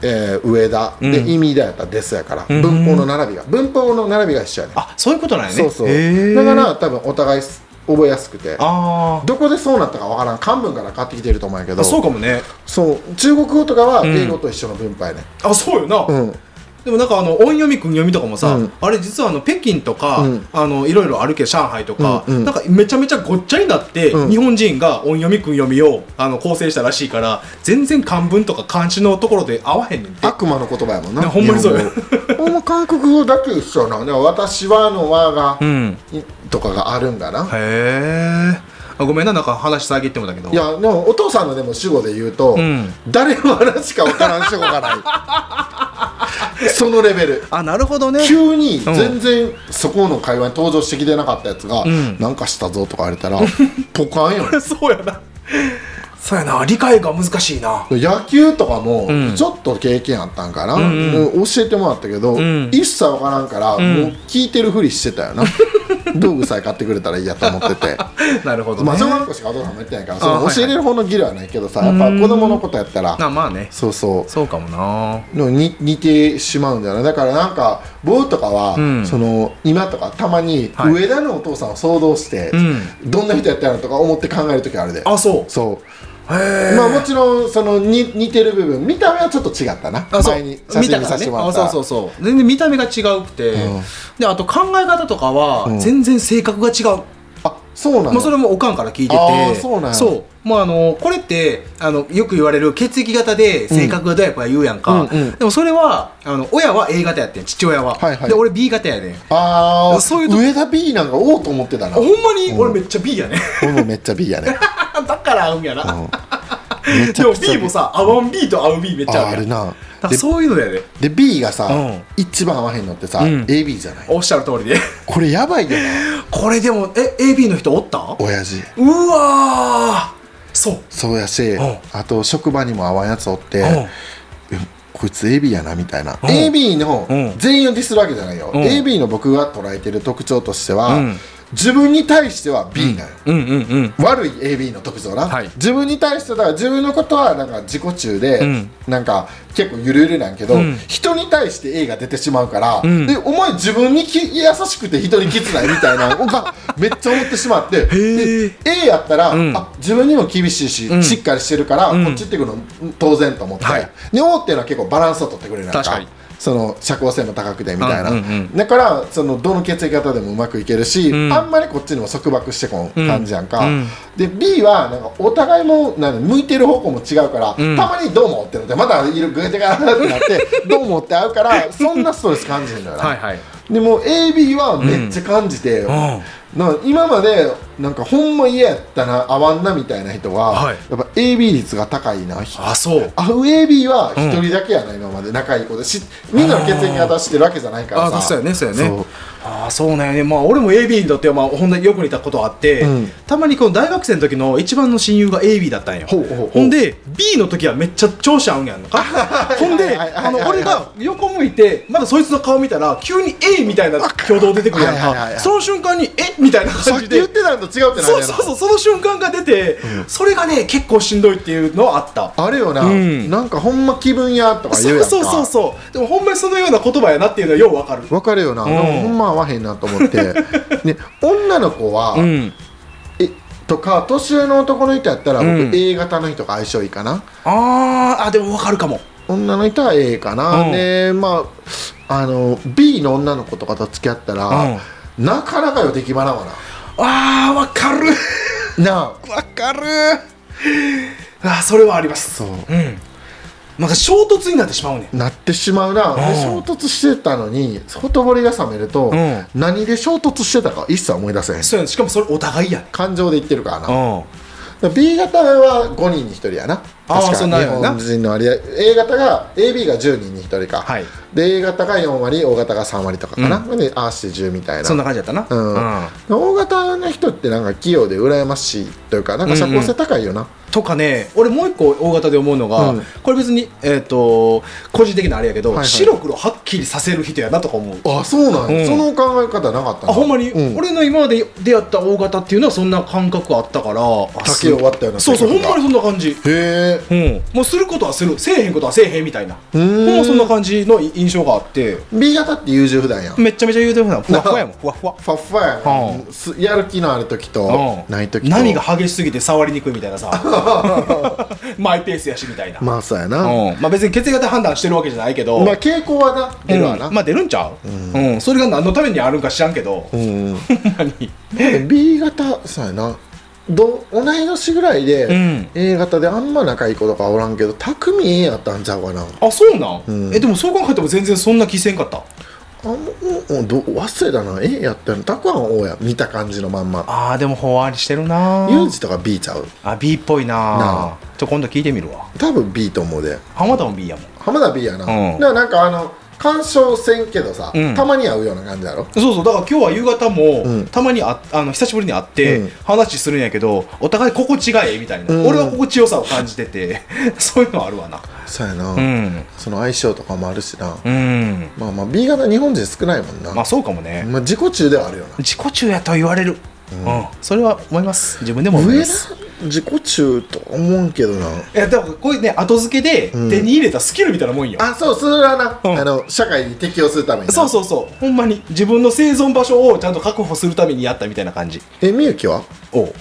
えー上田、うんで意味だやったらですやから、ん文法の並びが文法の並びが一緒やねんあそういうことなんやねそうそうへーだから多分お互いす覚えやすくてあどこでそうなったかわからん漢文から買ってきてると思うんやけあどそうかもねそう中国語とかは英語と一緒の文法やね、あそうよな、んうん、でもなんかあの音読み訓読みとかもさ、うんあれ実はあの北京とか、うんあのいろいろあるけど上海とか、うんうんなんかめちゃめちゃごっちゃになって、うん日本人が音読み訓読みをあの構成したらしいから全然漢文とか漢字のところで合わへんねんて悪魔の言葉やもんいなやほんまにそうや日本語ほんま韓国語だけ一緒やなでも私はの和が、んいとかがあるんだなへえごめんななんか話遮ってもだけどいやでもお父さんのでも主語で言うと、ん誰の話か分からん主語がない (laughs) そのレベルあなるほどね急に全然そこの会話に登場してきてなかったやつが「んなんかしたぞ」とか言われ (laughs) たらポカンよそうやなそうやな理解が難しい (laughs) な野球とかもんちょっと経験あったんかな、んうん教えてもらったけど、ん一切分からんから、もう聞いてるふりしてたよ (laughs) な道具さえ買ってくれたらいいやと思ってて。なるほどねまあ、小学校しかお父さんも言ってないからそあはいはのい教えれる方の義理はないけどさやっぱ子供のことやったらあまあねそうそうそうかもなでもに似てしまうんだよねだからなんか僕とかは、んその今とかたまにはい上田のお父さんを想像して、うどんな人やったのとか思って考える時あるであそうそうまあもちろんそのに似てる部分見た目はちょっと違ったなあそう前に写見たか真見らさねせてもらあったそうそうそう全然見た目が違うくて、うんであと考え方とかは全然性格が違う、あそうなもうのそれもおかんから聞いててあーそうなんやうもうあのこれってあのよく言われる血液型で性格がどうやこうや言うやんか、うんうんうんでもそれはあの親は A 型やってん父親は、はいはいで俺 B 型やねんああそういうと上田 B なんかおうと思ってたなほんまにうん俺めっちゃ B やね俺もめっちゃ B やね (laughs) だから合うんやな、うんめちでゃもくちゃ B もさ合わん B と合う B めっちゃあああるやるんだなからでそういうのやでで B がさ、うん一番合わへんのってさ、ん AB じゃないおっしゃる通りで (laughs) これやばいよなこれでもえ AB の人おった親父うわーそうそうやしんあと職場にも合わんやつおってんえこいつ AB やなみたいなうん AB のうん全員をディスるわけじゃないよん AB の僕が捉えてる特徴としては、ん自分に対しては B なの、うんうんうん悪い AB の特徴な、はい自分に対してだから自分のことはなんか自己中で、んなんか結構ゆるゆるなんやけど、ん人に対して A が出てしまうから、んでお前自分にき優しくて人にきつないみたいな (laughs) のがめっちゃ思ってしまってーで A やったら、んあ自分にも厳しいし、しっかりしてるから、こっち行ってくるの当然と思って、はいで O っていうのは結構バランスを取ってくれるやん確かにその社交性も高くてみたいな、うんうんうんだからそのどの血液型でもうまくいけるし、あんまりこっちにも束縛してこん感じやんか、で B はなんかお互いもなんか向いてる方向も違うから、たまに「どうも」ってなってまたいるグーテガーってなって (laughs) 「どうも」って会うからそんなストレス感じるんだよな、はいはいでも AB はめっちゃ感じて、なんか今までなんかほんま嫌やったな合わんなみたいな人は、はいやっぱ AB 率が高いなあそうアウェービーは一人だけやな、今まで仲いい子でしみんなの血液型知ってるわけじゃないからさあそうやねそうやねああそうなんやねまあ俺も AB にとってはまあほんとによく似たことあって、うんたまにこの大学生の時の一番の親友が AB だったんよほうほうほうほんで B の時はめっちゃ調子合うんやんのかほんではいはいはいあの俺が横向いてまだそいつの顔見たら急に A みたいな挙動出てくるやんはいはいはいはかいその瞬間にえみたいなさっ感きじで言ってたのと違うってなるそうやろそうそうその瞬間が出て、それがね結構しんどいっていうのはあったあれよな、うんなんかほんま気分やとか言そううやんかそうそうそうでもほんまにそのような言葉やなっていうのはようわかるわかるよな、んなんかほんま合わへんなと思って (laughs) ね女の子は、んえとか年上の男の人やったら僕、うん A 型の人が相性いいかなあーあでもわかるかも女の人は A かな、うんでまああの B の女の子とかと付き合ったら、なかなかよ出来花はあーわかる (laughs) ななあわかるあーそれはありますそううんなんか衝突になってしまうねんなってしまうな、でうん衝突してたのにほとぼりが冷めると、うん何で衝突してたか一切思い出せへんそうやねしかもそれお互いやん感情で言ってるからな、うんだから B 型は5人に1人やなあー確かそん日なんやな本人の割合 A 型が AB が10人に1人か、はいで A 型が4割 O 型が3割とかかな、であーして10みたいなそんな感じだったなうんうんで O 型の人ってなんか器用で羨ましいというかなんか社交性高いよな、とかね俺もう一個大型で思うのが、うんこれ別に、えー、と個人的なあれやけど、はいはい白黒はっきりさせる人やなとか思うあそうなんうや、んその考え方なかったあほんまに、うん、俺の今まで出会った大型っていうのはそんな感覚あったから竹を割ったようなそうそうほん感覚まにそんな感じへえうんもうすることはするせえへんことはせえへんみたいなうほんーまんそんな感じの印象があって B 型って優柔不断やんフめっちゃめちゃ言うてるなふわふわやもんふわふわァッファやん、うすやる気のある時とうんない時と波が激しすぎて触りにくいみたい (laughs) なさマイペースやしみたいな、まあそうやな、うんまあ、別に血液型判断してるわけじゃないけど、まあ傾向はな出るわな、うんまあ出るんちゃう、うんそれが何のためにあるんか知らんけど、うほんんうんまに B 型そうやなど同い年ぐらいで、うん A 型であんま仲いい子とかおらんけど匠 A やったんちゃうかなあそうなん、うんえでもそう考えても全然そんな気せんかったあもううんど忘れたな A やったのたくあん O や見た感じのまんまあーでもほわりしてるなユージとか B ちゃうあ B っぽいななちょ今度聞いてみるわ多分 B と思うで浜田も B やもん浜田 B やな、うんだからなんかあの干渉せんけどさ、うんたまに合うような感じだろそうそうだから今日は夕方も、うんたまにああの久しぶりに会って、うん話するんやけどお互い心地がええみたいな、うん俺は心地よさを感じてて (laughs) そういうのあるわなそうやな、んその相性とかもあるしな、うんまあまあ B 型日本人少ないもんな、ままあそうかもね、あ、自己中ではあるよな自己中やと言われる、うんそれは思います自分でも思い上まなす自己中と思うんけどないやだからこういうね後付けでん手に入れたスキルみたいなもんよ、あそうそれはな、うんあの社会に適応するためになそうそうそうほんまに自分の生存場所をちゃんと確保するためにやったみたいな感じえみゆきはおう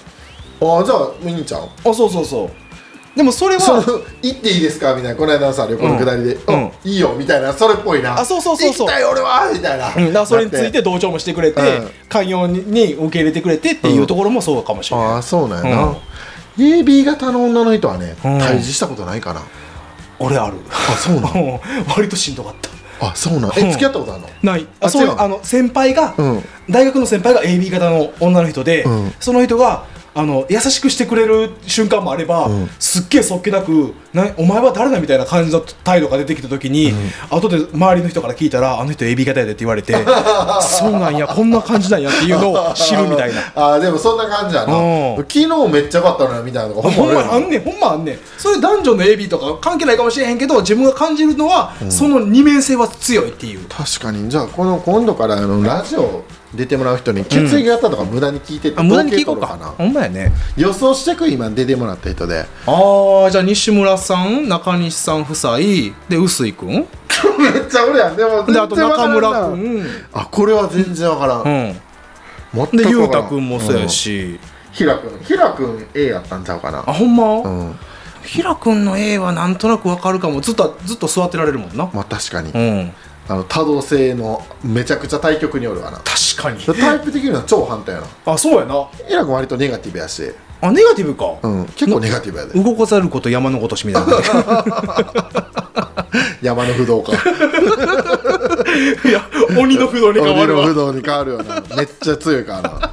あじゃあみんちゃんあそうそうそうでもそれはその行っていいですかみたいなこの間のさ旅行のくだりで、うんうんいいよみたいなそれっぽいなあそうそうそうそう行きたい俺はみたいな、うんだからそれについだてっ同調もしてくれて、うん寛容にに受け入れてくれてっていうところもそうかもしれない、ああそうなんうやな、ん AB 型の女の人はね、うん退治したことないかな俺ある (laughs) あそうなんうん割としんどかったあそうなんうんえ付き合ったことあるのないああそうい違ううのあの先輩が、うん大学の先輩が AB 型の女の人で、うんその人があの優しくしてくれる瞬間もあれば、うん。すっげえそっけなくな「お前は誰だ?」みたいな感じの態度が出てきた時に、後で周りの人から聞いたら「あの人 AB 型やで」って言われて「そうなんやこんな感じなんや」っていうのを知るみたいなあーでもそんな感じやなうん昨日めっちゃ良かったのよみたいなのがほんるよまあんねんほんまあんねんそれ男女の AB とか関係ないかもしれへんけど自分が感じるのは、その二面性は強いっていう確かにじゃあこの今度からあのラジオ出てもらう人に血液型とか無駄に聞いてて、あ無駄に聞こうか統計取ろうほんまやね予想してく今出てもらった人でああじゃあ西村さん中西さん夫妻で臼井君めっちゃ俺やんでも全で然あと中わから村んな君あこれは全然わからん、う全んくでわ裕から太ん君もそうや、し、うん、ひらくんひらくん A やったんちゃうかなあほんま、うんひらくんの A はなんとなくわかるかもずっとずっと座ってられるもんなまあ確かに、うんあの多動性のめちゃくちゃ対極におるわな確かにタイプ的には超反対やなあそうやなひらくん割とネガティブやし、あネガティブか、うん、結構ネガティブやで動かざること山のことしみたい (laughs) な山の (laughs) 不動かいや鬼の不動に変わ俺るのわ不動に変わるよなめっちゃ強いからな確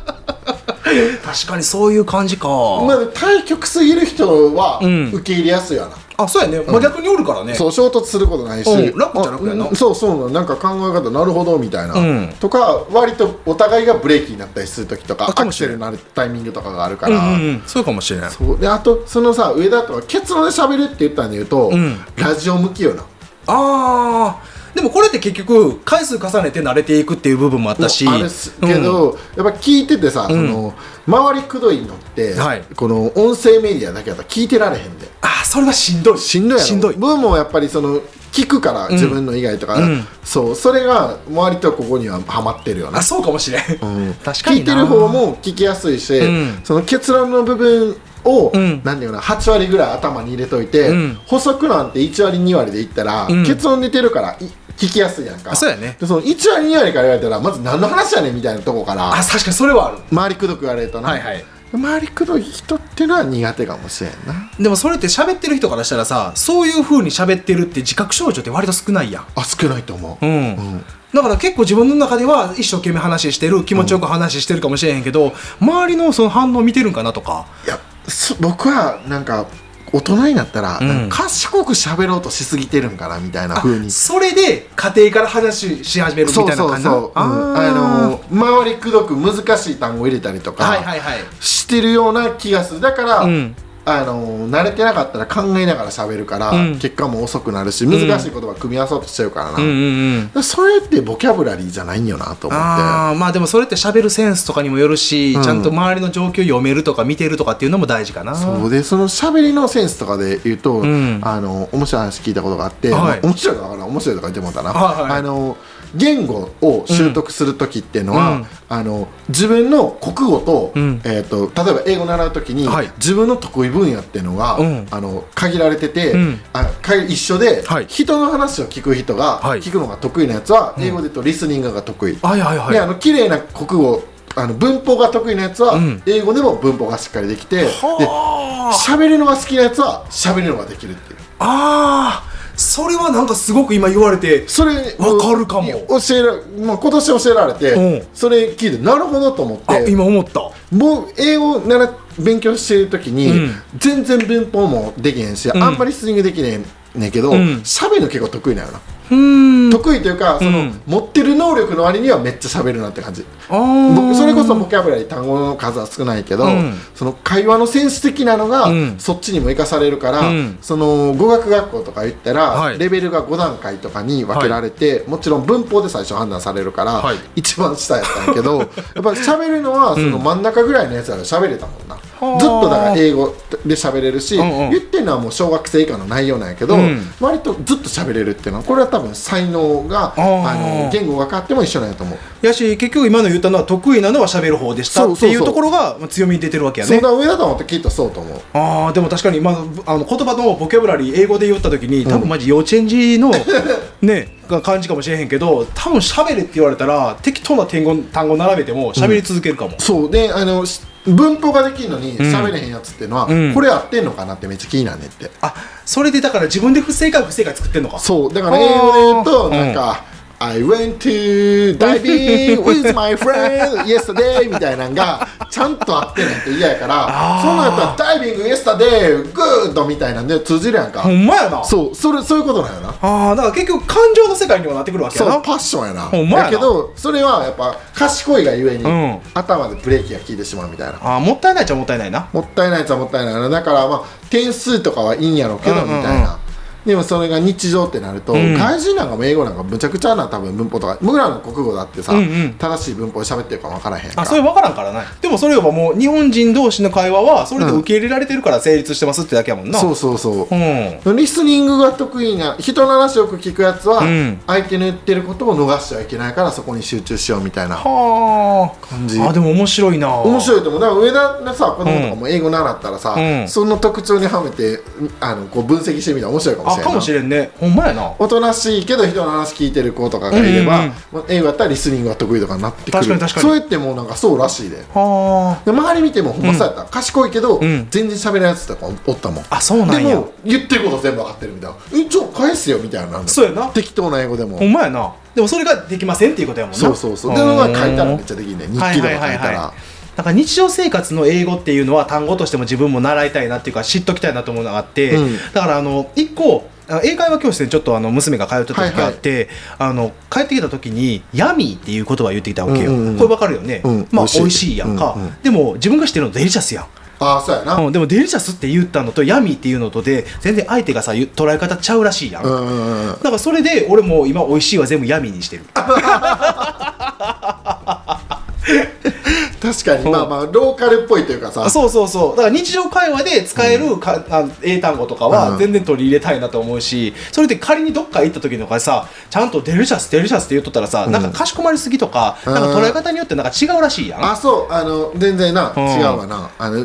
かにそういう感じか、まあ、対極すぎる人はん受け入れやすいやな、あそうやね、まあ、逆におるからねそう衝突することないし、うん楽っちゃ楽やなあうんそうそうなのなんか考え方なるほどみたいな、んとか割とお互いがブレーキになったりする時とかあアかもクしれセんルになるタイミングとかがあるから、うんうん、そうかもしれないそうであとそのさ上田とは結論で喋るって言ったんで言うと、んラジオ向きよなあーでもこれって結局回数重ねて慣れていくっていう部分もあったしあれすけど、やっぱ聞いててさ、その周りくどいのって、はいこの音声メディアだけだと聞いてられへんであーそれはしんどいしんどいやろしんどい僕もやっぱりその聞くから、自分の以外とか、うんそうそれが割とここにはハマってるよなあそうかもしれん、うん (laughs) 確かに聞いなてる方も聞きやすいし、うんその結論の部分を、んなんていうのかな8割ぐらい頭に入れといて、うん補足なんて1割2割でいったら、ん結論出てるからい聞きやすいやんかあそうやねでその1割2割から言われたらまず何の話やねんみたいなとこからあ確かにそれはある周りくどく言われるとな、はいはい周りくどい人ってのは苦手かもしれんなでもそれって喋ってる人からしたらさそういう風に喋ってるって自覚症状って割と少ないやんあ少ないと思う、うんうんだから結構自分の中では一生懸命話してる気持ちよく話してるかもしれへんけど、周りのその反応見てるんかなとかいやそ僕はなんか大人になったら、んなんか賢く喋ろうとしすぎてるんかなみたいな風にそれで家庭から話し始めるみたいな感じなそうそうそう、うんーあの周りくどく難しい単語を入れたりとか、はいはいはいしてるような気がするだから、んあの慣れてなかったら考えながら喋るから、うん結果も遅くなるし難しい言葉組み合わそうとしちゃうからな、うんだかうんうんらそれってボキャブラリーじゃないんよなと思ってああまあでもそれって喋るセンスとかにもよるし、ちゃんと周りの状況読めるとか見てるとかっていうのも大事かなそうでその喋りのセンスとかで言うと、んあの面白い話聞いたことがあって、はいまあ面白いか分からん面白いとか言ってもうたな、はいはいあの言語を習得する時っていうのは、うんあの自分の国語と,、んえー、と例えば英語習う時に、はい自分の得意分野っていうのが、うんあの限られてて、んあか一緒で、はい人の話を聞く人が、はい聞くのが得意なやつは英語で言うとリスニングが得意。はいはいはいであの綺麗な国語あの文法が得意なやつは、ん英語でも文法がしっかりできてで喋るのが好きなやつは喋るのができるっていうああそれはなんかすごく今言われてそれわかるかも教えら、まあ、今年教えられて、うんそれ聞いてなるほどと思っあて今思ったもう英語なら勉強してる時に、うん全然文法もできへんし、あんまりリスニングできねえねんけどん喋、るの結構得意なよな、うーん得意というかその、うん持ってる能力の割にはめっちゃ喋るなって感じあーぼそれこそボキャブラリー単語の数は少ないけど、うんその会話のセンス的なのが、うんそっちにも生かされるから、うんその語学学校とか行ったら、はいレベルが5段階とかに分けられて、もちろん文法で最初判断されるから、はい一番下やったんや (laughs) けどやっぱ喋るのはその真ん中ぐらいのやつらで喋れたもんな、ーずっとだから英語で喋れるし、うんうん言ってるのはもう小学生以下の内容なんやけど、うん割とずっと喋れるっていうのはこれは多分才能がああーの言語が変わっても一緒なんやと思う。やし結局今の言ったのは得意なのは喋る方でしたそうってそうそういうところがまあ強みに出てるわけやそねんな上だと思って聞いたらそうと思うあーでも確かに、まあ、あの言葉のボキャブラリー英語で言った時に多分マジ幼稚園児 (laughs) の、ねが感じかもしれへんけど多分喋れって言われたら適当な単語単語並べても喋り続けるかも、そうであのし文法ができるのに喋れへんやつっていうのは、うんこれ合ってんのかなってめっちゃ気になんねんってあそれでだから自分で不正解不正解作ってんのかそうだから英語で言うとなんか「I went to diving with my friend yesterday」みたいなのがちゃんと合ってないって嫌やからそんなんやったら「ダイビング yesterday グード」みたいなんで通じるやんかほんまやなそうそれそういうことなんやなああだから結局感情の世界にもなってくるわけやそうなパッションやなほんまやなだけどそれはやっぱ賢いがゆえに、うん頭でブレーキが効いてしまうみたいなあーもったいないっちゃもったいないなもったいないやつはもったいないなだからまあ点数とかはいいんやろうけどうんみうんうんたいな、でもそれが日常ってなると、ん外人なんかも英語なんかむちゃくちゃな多分文法とか僕らの国語だってさ、うんうん正しい文法で喋ってるか分からへんからあそれ分からんからないでもそれはもう日本人同士の会話はそれで受け入れられてるから成立してますってだけやもんなそうそうそうう、んリスニングが得意な人の話をよく聞くやつは、うん相手の言ってることを逃してはいけないからそこに集中しようみたいなはあ感じあでも面白いな面白いと思うだから上田のさ子供とかも英語習ったらさ、うんその特徴にはめてあのこう分析してみたら面白いかもしあれないかもしれんねほんまやなおとなしいけど人の話聞いてる子とかがいれば、うんうんまあ英語やったらリスニングが得意とかになってくる確かに確かにそうやってもうなんかそうらしいででは周り見てもほんまそうやった、賢いけど、ん全然喋らないやつとかおったもんあそうなんでやも言ってること全部分かってるみたいな「えちょ返すよ」みたいなそうやな適当な英語でもあほんまやなでもそれができませんっていうことやもんなそうそうそうでなんか書いたらめっちゃできんね日記とか書いたら、はいはいはいはいだから日常生活の英語っていうのは単語としても自分も習いたいなっていうか知っときたいなと思うのがあって、うんだからあの一個あの英会話教室にちょっとあの娘が通ってた時があって、あの帰ってきた時に「ヤミー」っていう言葉を言ってきたわけよ、うんうんうんこれわかるよね、うんまあ美美味味しいしいやんか、うんうんでも自分が知ってるのデリシャスやんああそうやな、うん、でもデリシャスって言ったのとヤミーっていうのとで全然相手がさゆ捉え方ちゃうらしいやん、うだんうんうんうんからそれで俺も今美味しいは全部ヤミーにしてる確かにまあまあローカルっぽいというかさそうそうそうだから日常会話で使えるか、あ英単語とかうんは全然取り入れたいなと思うしそれで仮にどっか行った時とかさちゃんとデリシャスデリシャスって言っとったらさ、なんかかしこまりすぎとかなんか捉え方によってなんか違うらしいやんあそうあの全然なうん違うわなあの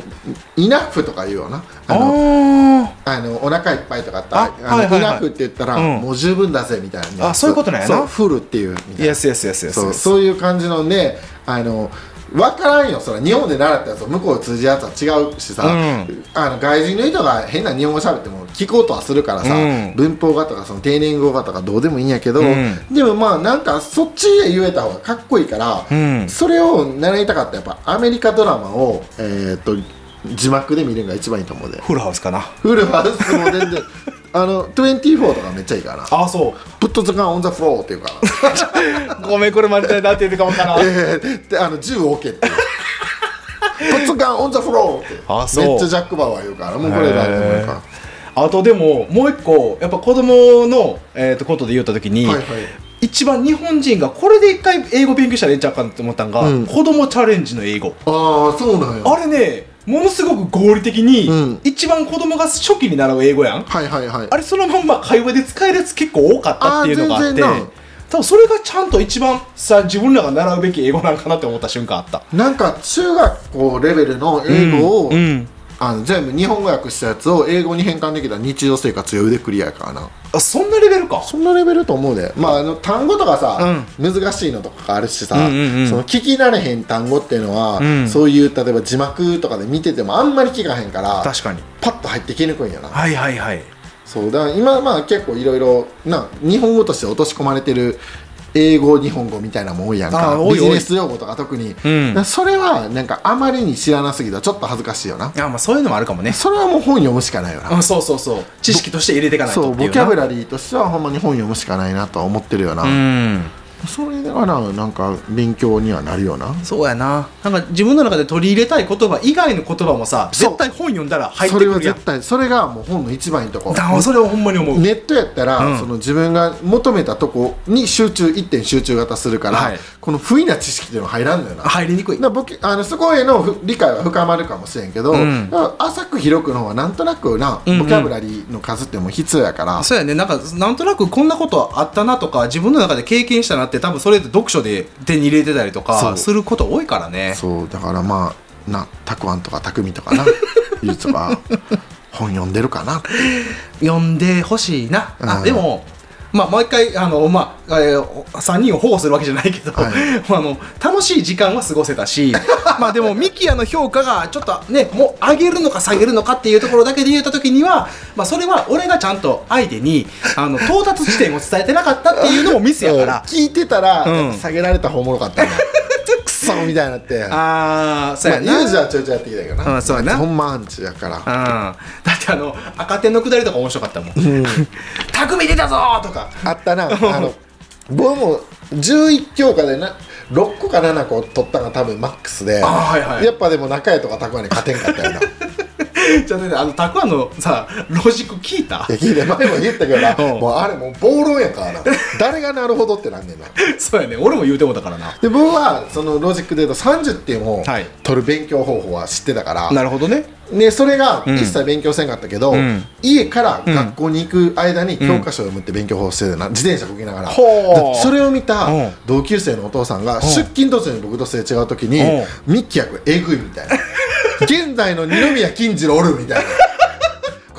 イナフとか言うわなああのーあのお腹いっぱいとかあったらああのはいはいはいイナフって言ったら、うんもう十分だぜみたいなあそういうことなんやなそうフルっていうみたいな Yes, yes, yes, yes, そう yes. そういう感じのねあの分からんよそれ日本で習ったやつと向こうで通じるやつは違うしさ、うんあの外人の人が変な日本語喋っても聞こうとはするからさ、うん文法がとかその丁寧語がとかどうでもいいんやけど、うんでもまあなんかそっちで言えた方がかっこいいから、うんそれを習いたかったらやっぱアメリカドラマを、えーっと字幕で見るのが一番いいと思うでフルハウスかなフルハウスも全然 (laughs) あの24とかめっちゃいいからあそう「プットズガンオンザフロー」っていうから。ごめんこれ間違えたって言ってかもか (laughs) なえーであの銃を置けっていうポツガンオンザフローってあそうめっちゃジャック・バウアー言うからもうこれ誰でもいいからあとでももう一個やっぱ子供の、えー、とことで言った時に、はいはい一番日本人がこれで一回英語勉強したらええんちゃうかなって思ったんが、うん子供チャレンジの英語ああそうなんやあれねものすごく合理的に、うん一番子供が初期に習う英語やんはいはいはいあれそのまんま会話で使えるやつ結構多かったっていうのがあってあー全然な多分それがちゃんと一番さ自分らが習うべき英語なんかなって思った瞬間あったなんか中学校レベルの英語を、うんうんあの全部日本語訳したやつを英語に変換できた日常生活余裕でクリアやからなあそんなレベルかそんなレベルと思うで、まあ、あの単語とかさ、難しいのとかあるしさ、うんうんうんその聞き慣れへん単語っていうのは、んそういう例えば字幕とかで見ててもあんまり聞かへんから確かにパッと入ってきにくいんやなはいはいはいそうだから今まあ結構いろいろな日本語として落とし込まれてる英語日本語みたいなのも多いやんあかー多いビジネス用語とか特に、んだからそれはなんかあまりに知らなすぎたらちょっと恥ずかしいよなあまあそういうのもあるかもねそれはもう本読むしかないよなあそうそうそう知識として入れていかないそとっうていボうキなャブラリーとしてはほんまに本読むしかないなとは思ってるよな、うんそれがななんか勉強にはなるよなそうやななんか自分の中で取り入れたい言葉以外の言葉もさそう絶対本読んだら入っそてれくはるやん絶対それがもう本の一番いいとこだからそれをほんまに思う、ネットやったら、うんその自分が求めたとこに集中一点集中型するから、はいこの不意な知識っていうのは入らんのよな入りにくいなボケあのそこへのふ理解は深まるかもしれんけど、んだから浅く広くの方はなんとなくな、んうんボキャブラリーの数ってもう必要やから、そうやねなんかなんとなくこんなことあったなとか自分の中で経験したなって多分それって読書で手に入れてたりとそかうすること多いからねそうだからまあなたくあんとかたくみと (laughs) かなゆうとか本読んでるかな読んでほしいな、うんあでもまあ、毎回あの、まあえ3人を保護するわけじゃないけど、はい (laughs) あの楽しい時間は過ごせた (laughs) しまあでもミキヤの評価がちょっとねもう上げるのか下げるのかっていうところだけで言った時には、まあ、それは俺がちゃんと相手にあの到達地点を伝えてなかったっていうのもミスやから聞いてたら、うん下げられた方おもろ (laughs) かったなくそみたいになってああそうやな、まあユージはちょいちょいやってきたけどな、うんそうやなほんまアンチやからうん、だってあの赤点のくだりとか面白かったもん「 (laughs) 匠出たぞ!」とか (laughs) あったなあの僕も11教科でな6個か7個取ったのが多分マックスで、あはいはいやっぱでも中江とか拓磨に勝てんかっ (laughs) たよないじゃあねあのたくあんのさロジック聞いたや聞いて前も言ったけどなうんもうあれもう暴論や (laughs) からな誰がなるほどってなんねんなそうやね俺も言うてもだからなで僕はそのロジックで言うと30点をはい取る勉強方法は知ってたから、るほどねね、それが一切勉強せんかったけど、ん家から学校に行く間に教科書を読むって勉強法してるな、自転車こぎながらほうでそれを見たうん同級生のお父さんが出勤途中に僕とすれ違う時にうミッキー役えぐいみ (laughs) たいな現在の二宮金次郎おるみたいな。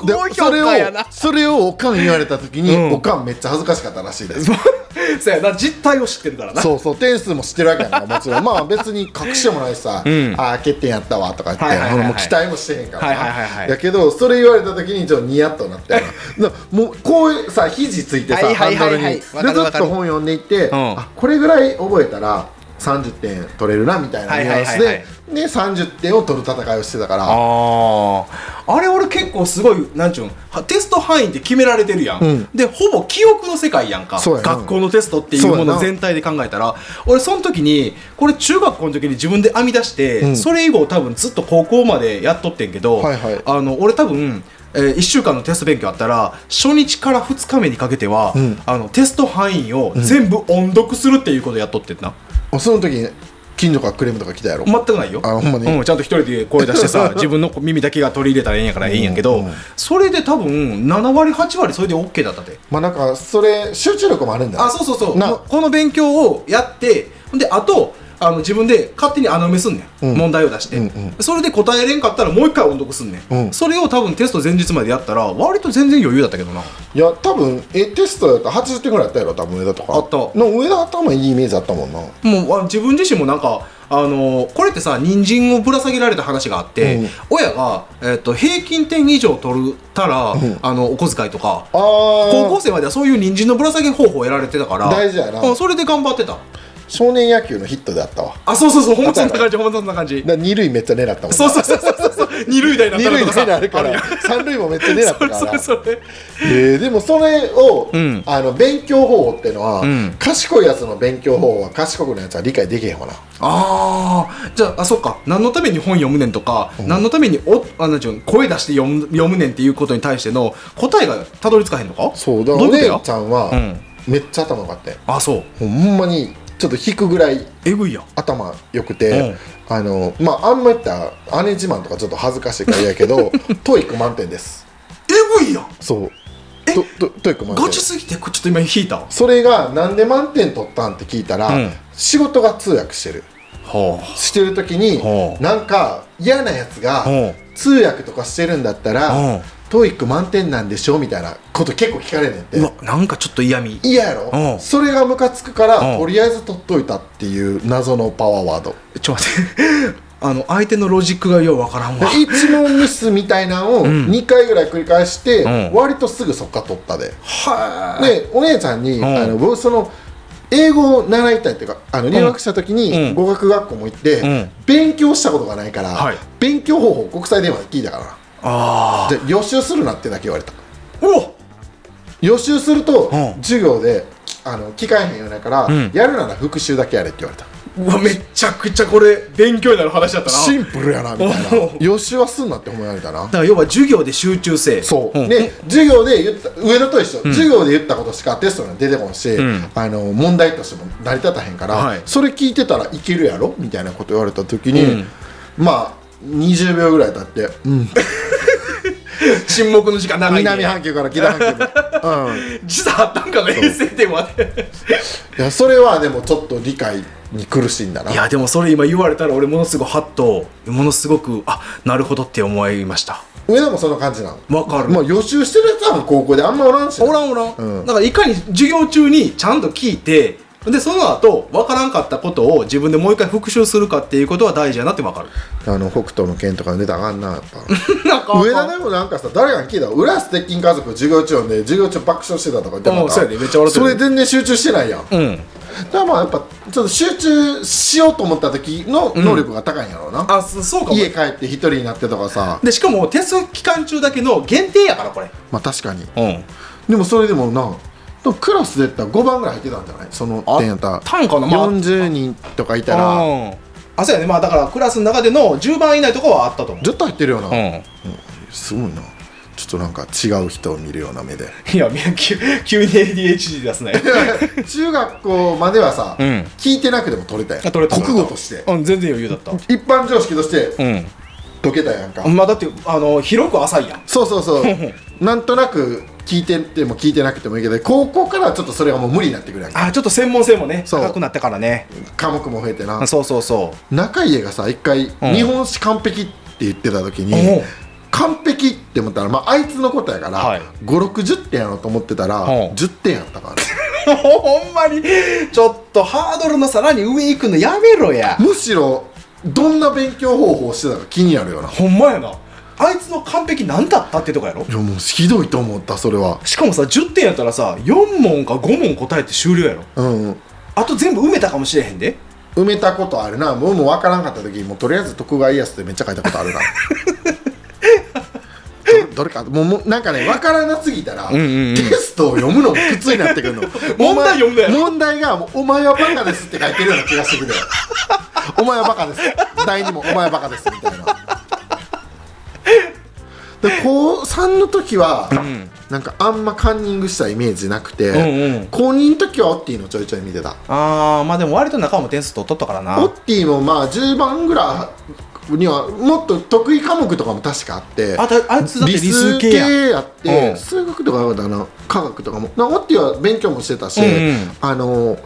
で高評それを価やなそれをおかんに言われた時に、うんおかんめっちゃ恥ずかしかったらしいです (laughs) そうやな実態を知ってるからなそうそう点数も知ってるわけやんか (laughs) もちろんまあ別に隠してもないしさ「んああ欠点やったわ」とか言って、はいはいはいはいもう期待もしてへんからな、はいはいはいはいやけどそれ言われた時にちょっとニヤッとなったよ (laughs) ななもうこういうさ肘ついてさ、はいはいはいはいハンドルにわかるわでずかっると本読んでいって、うんあこれぐらい覚えたら30点取れるなみたいなはいニュはアいンはスいはいでで30点を取る戦いをしてたからあああれ俺結構すごいなんちゅうんはテスト範囲って決められてるやん、うんでほぼ記憶の世界やんかそうやな学校のテストっていうもそうやのな全体で考えたら俺その時にこれ中学校の時に自分で編み出して、うんそれ以後多分ずっと高校までやっとってんけど、はいはいあの俺多分え1週間のテスト勉強あったら初日から2日目にかけては、うんあのテスト範囲を全部音読するっていうことやっとってんな、その時に近所からクレームとか来たやろ全くないよあほんまにうん、ちゃんと一人で声出して (laughs) さ自分の耳だけが取り入れたらええんやからええんやけど、うんうんそれで多分7割8割それで OK だったでまあなんかそれ集中力もあるんだよあそうそうそうなここの勉強をやってほんであとあの自分で勝手に穴埋めすんねん、うん問題を出して、うんうんそれで答えれんかったらもう一回音読すんねん、うんそれを多分テスト前日までやったら割と全然余裕だったけどないや多分えテストだったら80点ぐらいやったやろ多分上田とかあったの上田頭いいイメージあったもんなもうあ自分自身もなんかあのこれってさ人参をぶら下げられた話があって、うん親が、えっと平均点以上取るたら、んあのお小遣いとかあ高校ー生まではそういう人参のぶら下げ方法をやられてたから大事やなうんそれで頑張ってた少年野球のヒットであったわあそうそうそうほんまそんな感じほんまそんな感じだから二塁めっちゃ狙ったもんなそうそうそうそうそう二塁打になっ二たら塁とかめっちさゃ狙るから三塁もめっちゃ狙ったそかれそられそれえーでもそれを、んあの勉強方法ってのは、ん賢いやつの勉強方法は賢くないやつは理解できへんわなああじゃああそっか何のために本読むねんとか、何のためにおあなんちゅうん声出して読む読むねんっていうことに対しての答えがたどり着かへんのかそうだかどうらおいうこと姉やちゃんは、うんめっちゃ頭良かったよあそうほんまにちょっと引くぐらいえぐいやん頭良くて、あのまああんま言ったら姉自慢とかちょっと恥ずかしいから嫌や (laughs) けどトイック満点ですえぐいやんそうトトトイック満点ガチすぎてこちょっと今引いたはそれがなんで満点取ったんって聞いたら、うん仕事が通訳してるあしてる時に、ほうなんか嫌なやつが、ほ通訳とかしてるんだったら、うんトイック満点なんでしょみたいなこと結構聞かれんねんてうわなんかちょっと嫌味嫌やろ、うんそれがムカつくから、うんとりあえず取っといたっていう謎のパワーワードちょっと待って (laughs) あの相手のロジックがようわからんわで一問ミスみたいなのをん2回ぐらい繰り返して、うん割とすぐそっから取ったで、はでお姉ちゃんに、んあの僕その英語を習いたいっていうかあの留学した時に、うん語学学校も行って、ん勉強したことがないから、はい勉強方法国際電話で聞いたからあなで予習するなってだけ言われあたお予習すると、うん授業であの聞かへんようだから、んやるなら復習だけやれって言われたうわめちゃくちゃこれ勉強になる話だったなシンプルやなみたいなおう予習はすんなって思われたなだから要は授業で集中性そう、んで授業で言った上田と一緒、授業で言ったことしかテストには出てこんし、んあの問題としても成り立たへんから、はいそれ聞いてたらいけるやろみたいなこと言われた時に、うんまあ20秒ぐらい経って、うん、沈黙の時間長い、ね、南半球から北半球まで、うん、い時差あったんかな遠征点までやそれはでもちょっと理解に苦しいんだないやでもそれ今言われたら俺ものすごいハッとものすごくあなるほどって思いました上田もそんな感じなのわかるまあ予習してるやつはもう高校であんまおらんしなおらんおらん、うんだからいかに授業中にちゃんと聞いてでその後分からんかったことを自分でもう一回復習するかっていうことは大事やなって分 (laughs) かるあの北斗の拳とか出たらあかんなやっぱなんか上田でもなんかさ誰かに聞いたら浦安鉄筋家族授業中で授業中爆笑してたとか言ってなかうんそうやでめっちゃ笑ってそるれ全然集中してないやん、だかうんらまあやっぱちょっと集中しようと思った時の能力が高いんやろうな、あそそうかも家帰って一人になってとかさでしかもテスト期間中だけの限定やからこれまあ確かにうんでもそれでもなでもクラスでいったら5番ぐらい入ってたんじゃないその点やったら単価のまあ40人とかいたらああそうやねまあだからクラスの中での10番以内とかはあったと思う絶対入ってるよな、うんすごいなちょっとなんか違う人を見るような目でいやみんな急急に ADHD 出す (laughs) ね中学校まではさ、ん聞いてなくても取れたやんあ取れた国語としてうん全然余裕だった一般常識としてう解けたやんか、んまあだってあの広く浅いやんそうそうそうなんとなく聞いてても聞いてなくてもいいけど高校からはちょっとそれがもう無理になってくるやんかあちょっと専門性もねそう高くなったからね科目も増えてなあそうそう (laughs) そ中家がさ一回、ん日本史完璧って言ってた時に、うん完璧って思ったら、まあ、あいつのことやから、はい560点やろうと思ってたうら、ん10点やったからねうほんまにちょっとハードルのさらに上行くのやめろやむしろどんな勉強方法をしてたか気になるよなほんまやなあいつの完璧何だったってとかやろいやもうひどいと思ったそれはしかもさ10点やったらさ4問か5問答えて終了やろうんあと全部埋めたかもしれへんで埋めたことあるなもうもう分からんかった時にもうとりあえず徳川家康ってめっちゃ書いたことあるなどどれかもうもうなんかね分からなすぎたら、んうんうんテストを読むのもきついなってくるの (laughs) 問題読んだよお前問題がもう「お前はバカです」って書いてるような気がしてくるお前はバカです第二も「お前はバカです」みたいなで高3の時は、なんかあんまカンニングしたイメージなくて、うんうん高2の時はオッティのちょいちょい見てたああまあでも割と中も点数取っとったからなオッティもまあ10番ぐらいにはもっと得意科目とかも確かあってあたあいつだって理数系ややって、うん数学とかはだな科学とかもなオッティは勉強もしてたし、うんうんあの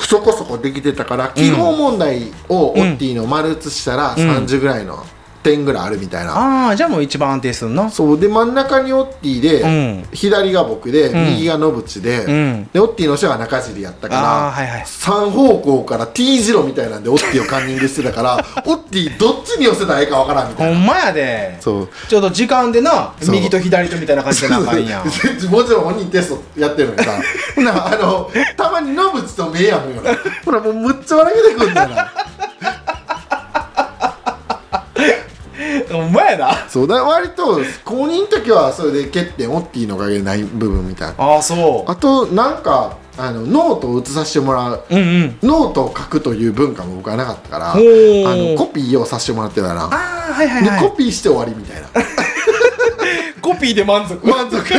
そこそこできてたから基本問題をオッティの丸写したら30ぐらいの点ぐらいあるみたいな、ああじゃあもう一番安定するなそうで真ん中にオッティで、うん左が僕で、ん右が野淵で,、うんでオッティの人が中尻やったあーかはいはら、い三3方向から T 字路みたいなんでオッティをカンニングしてたから (laughs) オッティどっちに寄せたらええかわからんみたほいな。んまやでそうちょっと時間でなそう右と左とみたいな感じで仲いいんやもちろん本人テストやってるのにさほ (laughs) なあのたまに野口と目やむよなほらもうむっちゃ笑けてくんだよな (laughs) ほんまやなそうだ割と公認の時はそれで欠点オッティのおかげでない部分みたいなああそあとなんかあのノートを写させてもらうううんうんノートを書くという文化も僕はなかったからあほうのコピーをさせてもらってたあなあはいはいではコいピーして終わりみたいなコピーで満足満足 (laughs)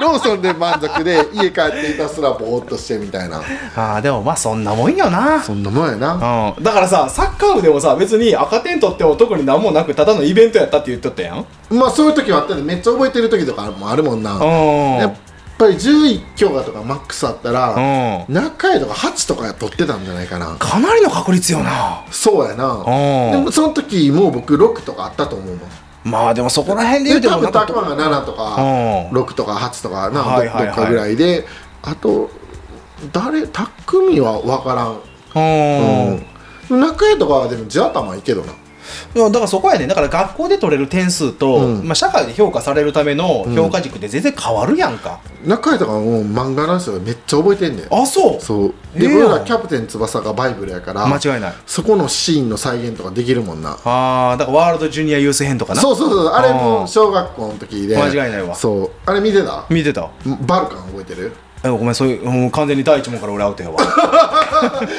ローソンで満足で家帰っていたすらぼーっとしてみたいなああでもまあそんなもんよなそんなもんやなうん、だからさサッカー部でもさ別に赤点取っても特に何もなくただのイベントやったって言っとったやんまあそういう時はあったんでめっちゃ覚えてる時とかもあるもんな、やっうぱり11強がとかマックスあったら、ん中江とか8とか取ってたんじゃないかなかなりの確率よなそうやな、んでもその時もう僕6とかあったと思うもんまあでもそこら辺で言でうて多もなん分かたくまが7とか、うん6とか8とかな、はいどはいはいどっかぐらいであと誰たくみは分からん、うんうん中江とかはでも地頭いいけどなうんだからそこやねだから学校で取れる点数と、うんまあ、社会で評価されるための評価軸って全然変わるやんか、中江とかはもう漫画なんですよめっちゃ覚えてんねんあそうそうええでやん僕らキャプテン翼がバイブルやから間違いないそこのシーンの再現とかできるもんなあーだからワールドジュニアユース編とかなそうそうそうあれもあー小学校の時で間違いないわそうあれ見てた見てたバルカン覚えてる (laughs) えごめんそういう、うん完全に第一問から俺アウトやわ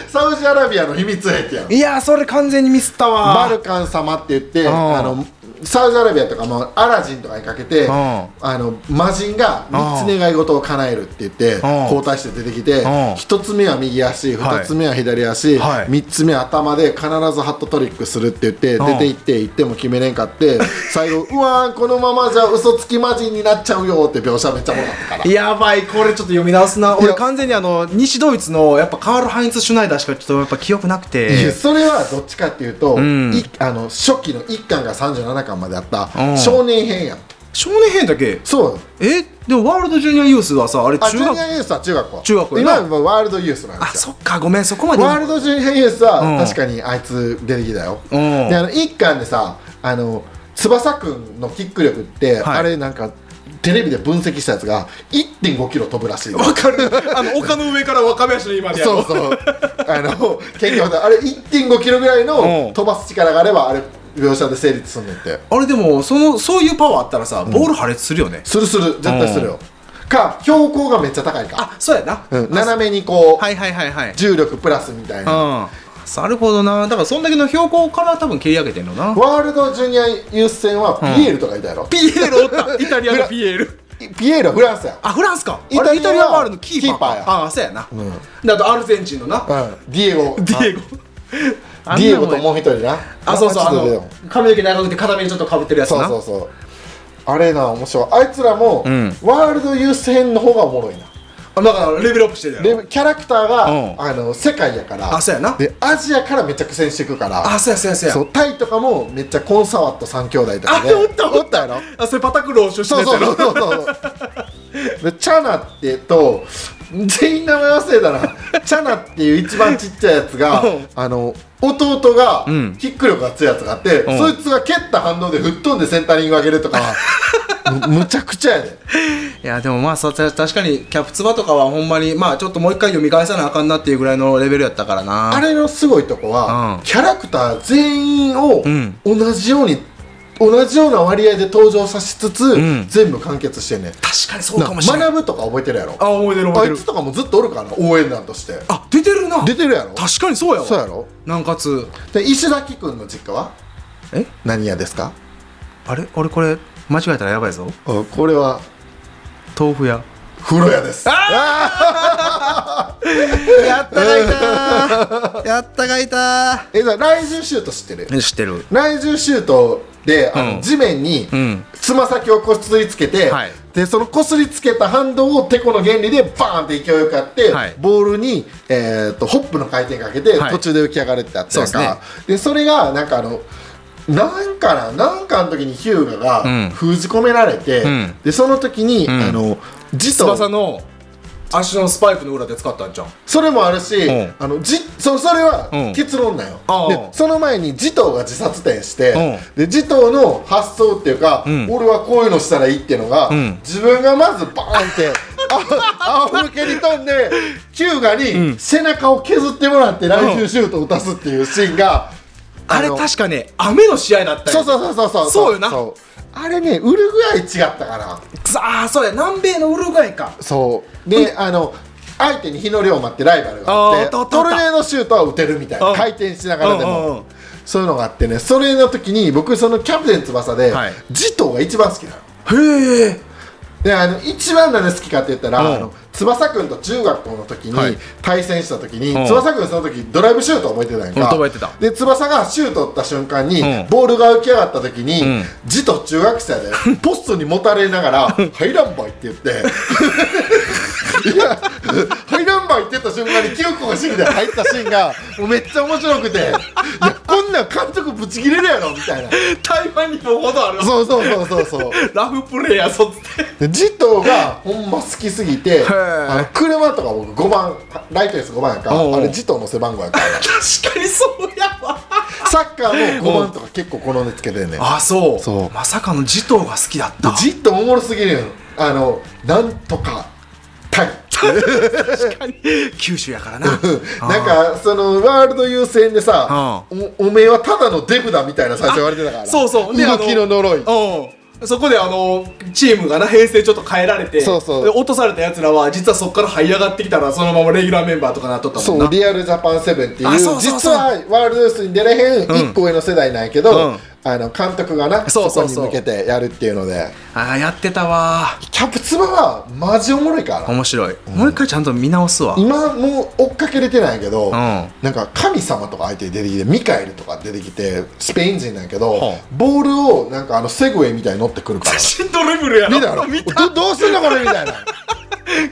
サウジアラビアの秘密兵器やんいやーそれ完全にミスったわバルカン様って言ってんあのサウジアラビアとかもアラジンとかにかけてんあの魔人が3つ願い事を叶えるって言って交代して出てきてん1つ目は右足はい2つ目は左足はい3つ目は頭で必ずハットトリックするって言ってん出て行って行っても決めれん (laughs) かって最後うわーこのままじゃ嘘つき魔人になっちゃうよって描写めっちゃ多かったからやばいこれちょっと読み直すないや俺完全にあの西ドイツのやっぱカール・ハインツ・シュナイダーしかちょっとやっぱ記憶なくいやてそれはどっちかっていうとんいあの初期の1巻が37巻まであったうん少年編やん少年編だけそうえでもワールドジュニアユースはさあれあ中ジュニア学ユースは中学校中学校今やなはもうワールドユースなんであすよそっかごめんそこまでワールドジュニアユースうんは確かにあいつ出てきたよ、うんであの一巻でさあの翼くんのキック力って、はいあれなんかテレビで分析したやつが1 5キロ飛ぶらしいのわかるあの丘の上から若林の今でやそうろそうあの結局あれ1 5キロぐらいのうん飛ばす力があればあれ描写で成立するんねんってあれでもそのそういうパワーあったらさボール破裂するよね、するする絶対するよ、か標高がめっちゃ高いか、あそうやな、うん、斜めにこう、はいはいはいはい重力プラスみたいなうんなるほどなだからそんだけの標高から多分切り上げてんのなワールドジュニア優戦はピエールとかいたやろ、ピエールおった (laughs) イタリアのピエールピエールはフランスや、あフランスかイタリアあれイタリアワールドのキーパーかキーパーやあそうやな、んであとアルゼンチンのなうん、ディエゴ (laughs) ディエゴあディエゴともう一人なあそうそう名あ前ちょっと出てのこん髪の毛長くて片目にちょっとかぶってるやつなそうそうそうあれな面白いあいつらも、んワールドユース編の方がおもろいなあだからレベルアップしてるやろレベキャラクターが、うんあの世界やからあそうやなでアジアからめっちゃ苦戦していくからあそうやそうやそうやそうタイとかもめっちゃコンサワット3兄弟とあかでおったおおっったやろたあそれパタクロー出身そのうやつそやうそろうそうそうでチャナってと全員名前忘れたなチャナっていう一番ちっちゃいやつがうんあの弟がキんック力が強いやつがあって、んそいつが蹴った反応で吹っ飛んでセンタリング上げるとかむむちゃくちゃやでいやでもまあそうた確かにキャプツバとかはほんまにまあちょっともう一回読み返さなあかんなっていうぐらいのレベルやったからなあれのすごいとこは、うんキャラクター全員をうん同じように、同じような割合で登場させつつ、ん全部完結してんねん確かにそうかもしれない学ぶとか覚えてるやろあ覚えてる覚えてあるいつとかもずっとおるからな応援団としてあ出てるな出てるやろ確かにそうやわそうやろなんかつで石崎君の実家はえ何屋ですかあれ俺これ間違えたらやばいぞあこれは豆腐屋風呂屋ですやったがいたーやったがいたえじゃあ雷獣シュート知ってるー知ってる雷獣シュートであの、うん地面にうんつま先をこすりつけて、はいでそのこすりつけた反動をてこの原理でバーンって勢いよくやって、はいボールに、えー、とホップの回転かけて、はい途中で浮き上がるってあったそうやんですかねそでそれがなんかあのなんかななんかの時にヒューガうんが封じ込められて、んでその時に、あの字と翼の足のスパイクの裏で使ったんじゃんそれもあるし、うんあのじそそれうはん結論なんよ、ああでその前に持統が自殺点して、で持統の発想っていうか、ん俺はこういうのしたらいいっていうのが、ん自分がまずバーンって (laughs) あ仰向けに飛んでキューガに背中を削ってもらって来週シュートを打たすっていうシーンが、あれの確かね雨の試合だったそううそうそうそうそうよなあれねウルグアイ違ったからああそうや南米のウルグアイかそうで、あの相手に日の量を待ってライバルがあーおあっってたおったおっトたルネードシュートは打てるみたいうんな回転しながらでうんうんうんもそういうのがあってねそれの時に僕そのキャプテン翼ではい慈瞳、が一番好きなの。へえであの一番なんで好きかって言ったら、うんあの翼くんと中学校の時はいに対戦した時に、うん翼くんその時ドライブシュート覚えてないうんか、覚えてたで翼がシュート打った瞬間に、うんボールが浮き上がった時に、ん字と中 (laughs) 学生でポストにもたれながら「ハイランバイ」って言って。いやハイランバイって言った瞬間に清子がシーンで入ったシーンがもうめっちゃ面白くていやこんなん監督ぶち切れるやろみたいな台湾にもほどあるそうそうそうそうそうラフプレイヤーそっつってでジトーがほんま好きすぎてーあの車とか僕5番ライトエース5番やからおうおうあれジトーの背番号やから確かにそうやわサッカーも5番とか結構好んでつけてんねんあそうそうまさかの慈瞳が好きだったジトーおもろすぎるんあのなんとかタイ確かに九州やからななんかそのワールド優先でさうおおめえはただのデブだみたいな最初言われてたからそうそう動きの呪いうんそこであのチームがな平成ちょっと変えられてそうそうで落とされたやつらは実はそこから這い上がってきたらそのままレギュラーメンバーとかなっとったもんそうなリアルジャパンセブンっていあうそうそうそう実はワールドユースに出れへんうん1個上の世代なんやけうど、んあの監督がなそうそそこうそうに向けてやるっていうのでああやってたわキャプツバはマジおもろいから面白い、もう一回ちゃんと見直すわ今もう追っかけれてないけど、んなんか神様とか相手に出てきてミカエルとか出てきてスペイン人なんやけど、はあボールをなんかあのセグウェイみたいに乗ってくる (laughs) からシンドリブルやろ見たやろどどうすんのこれみたいな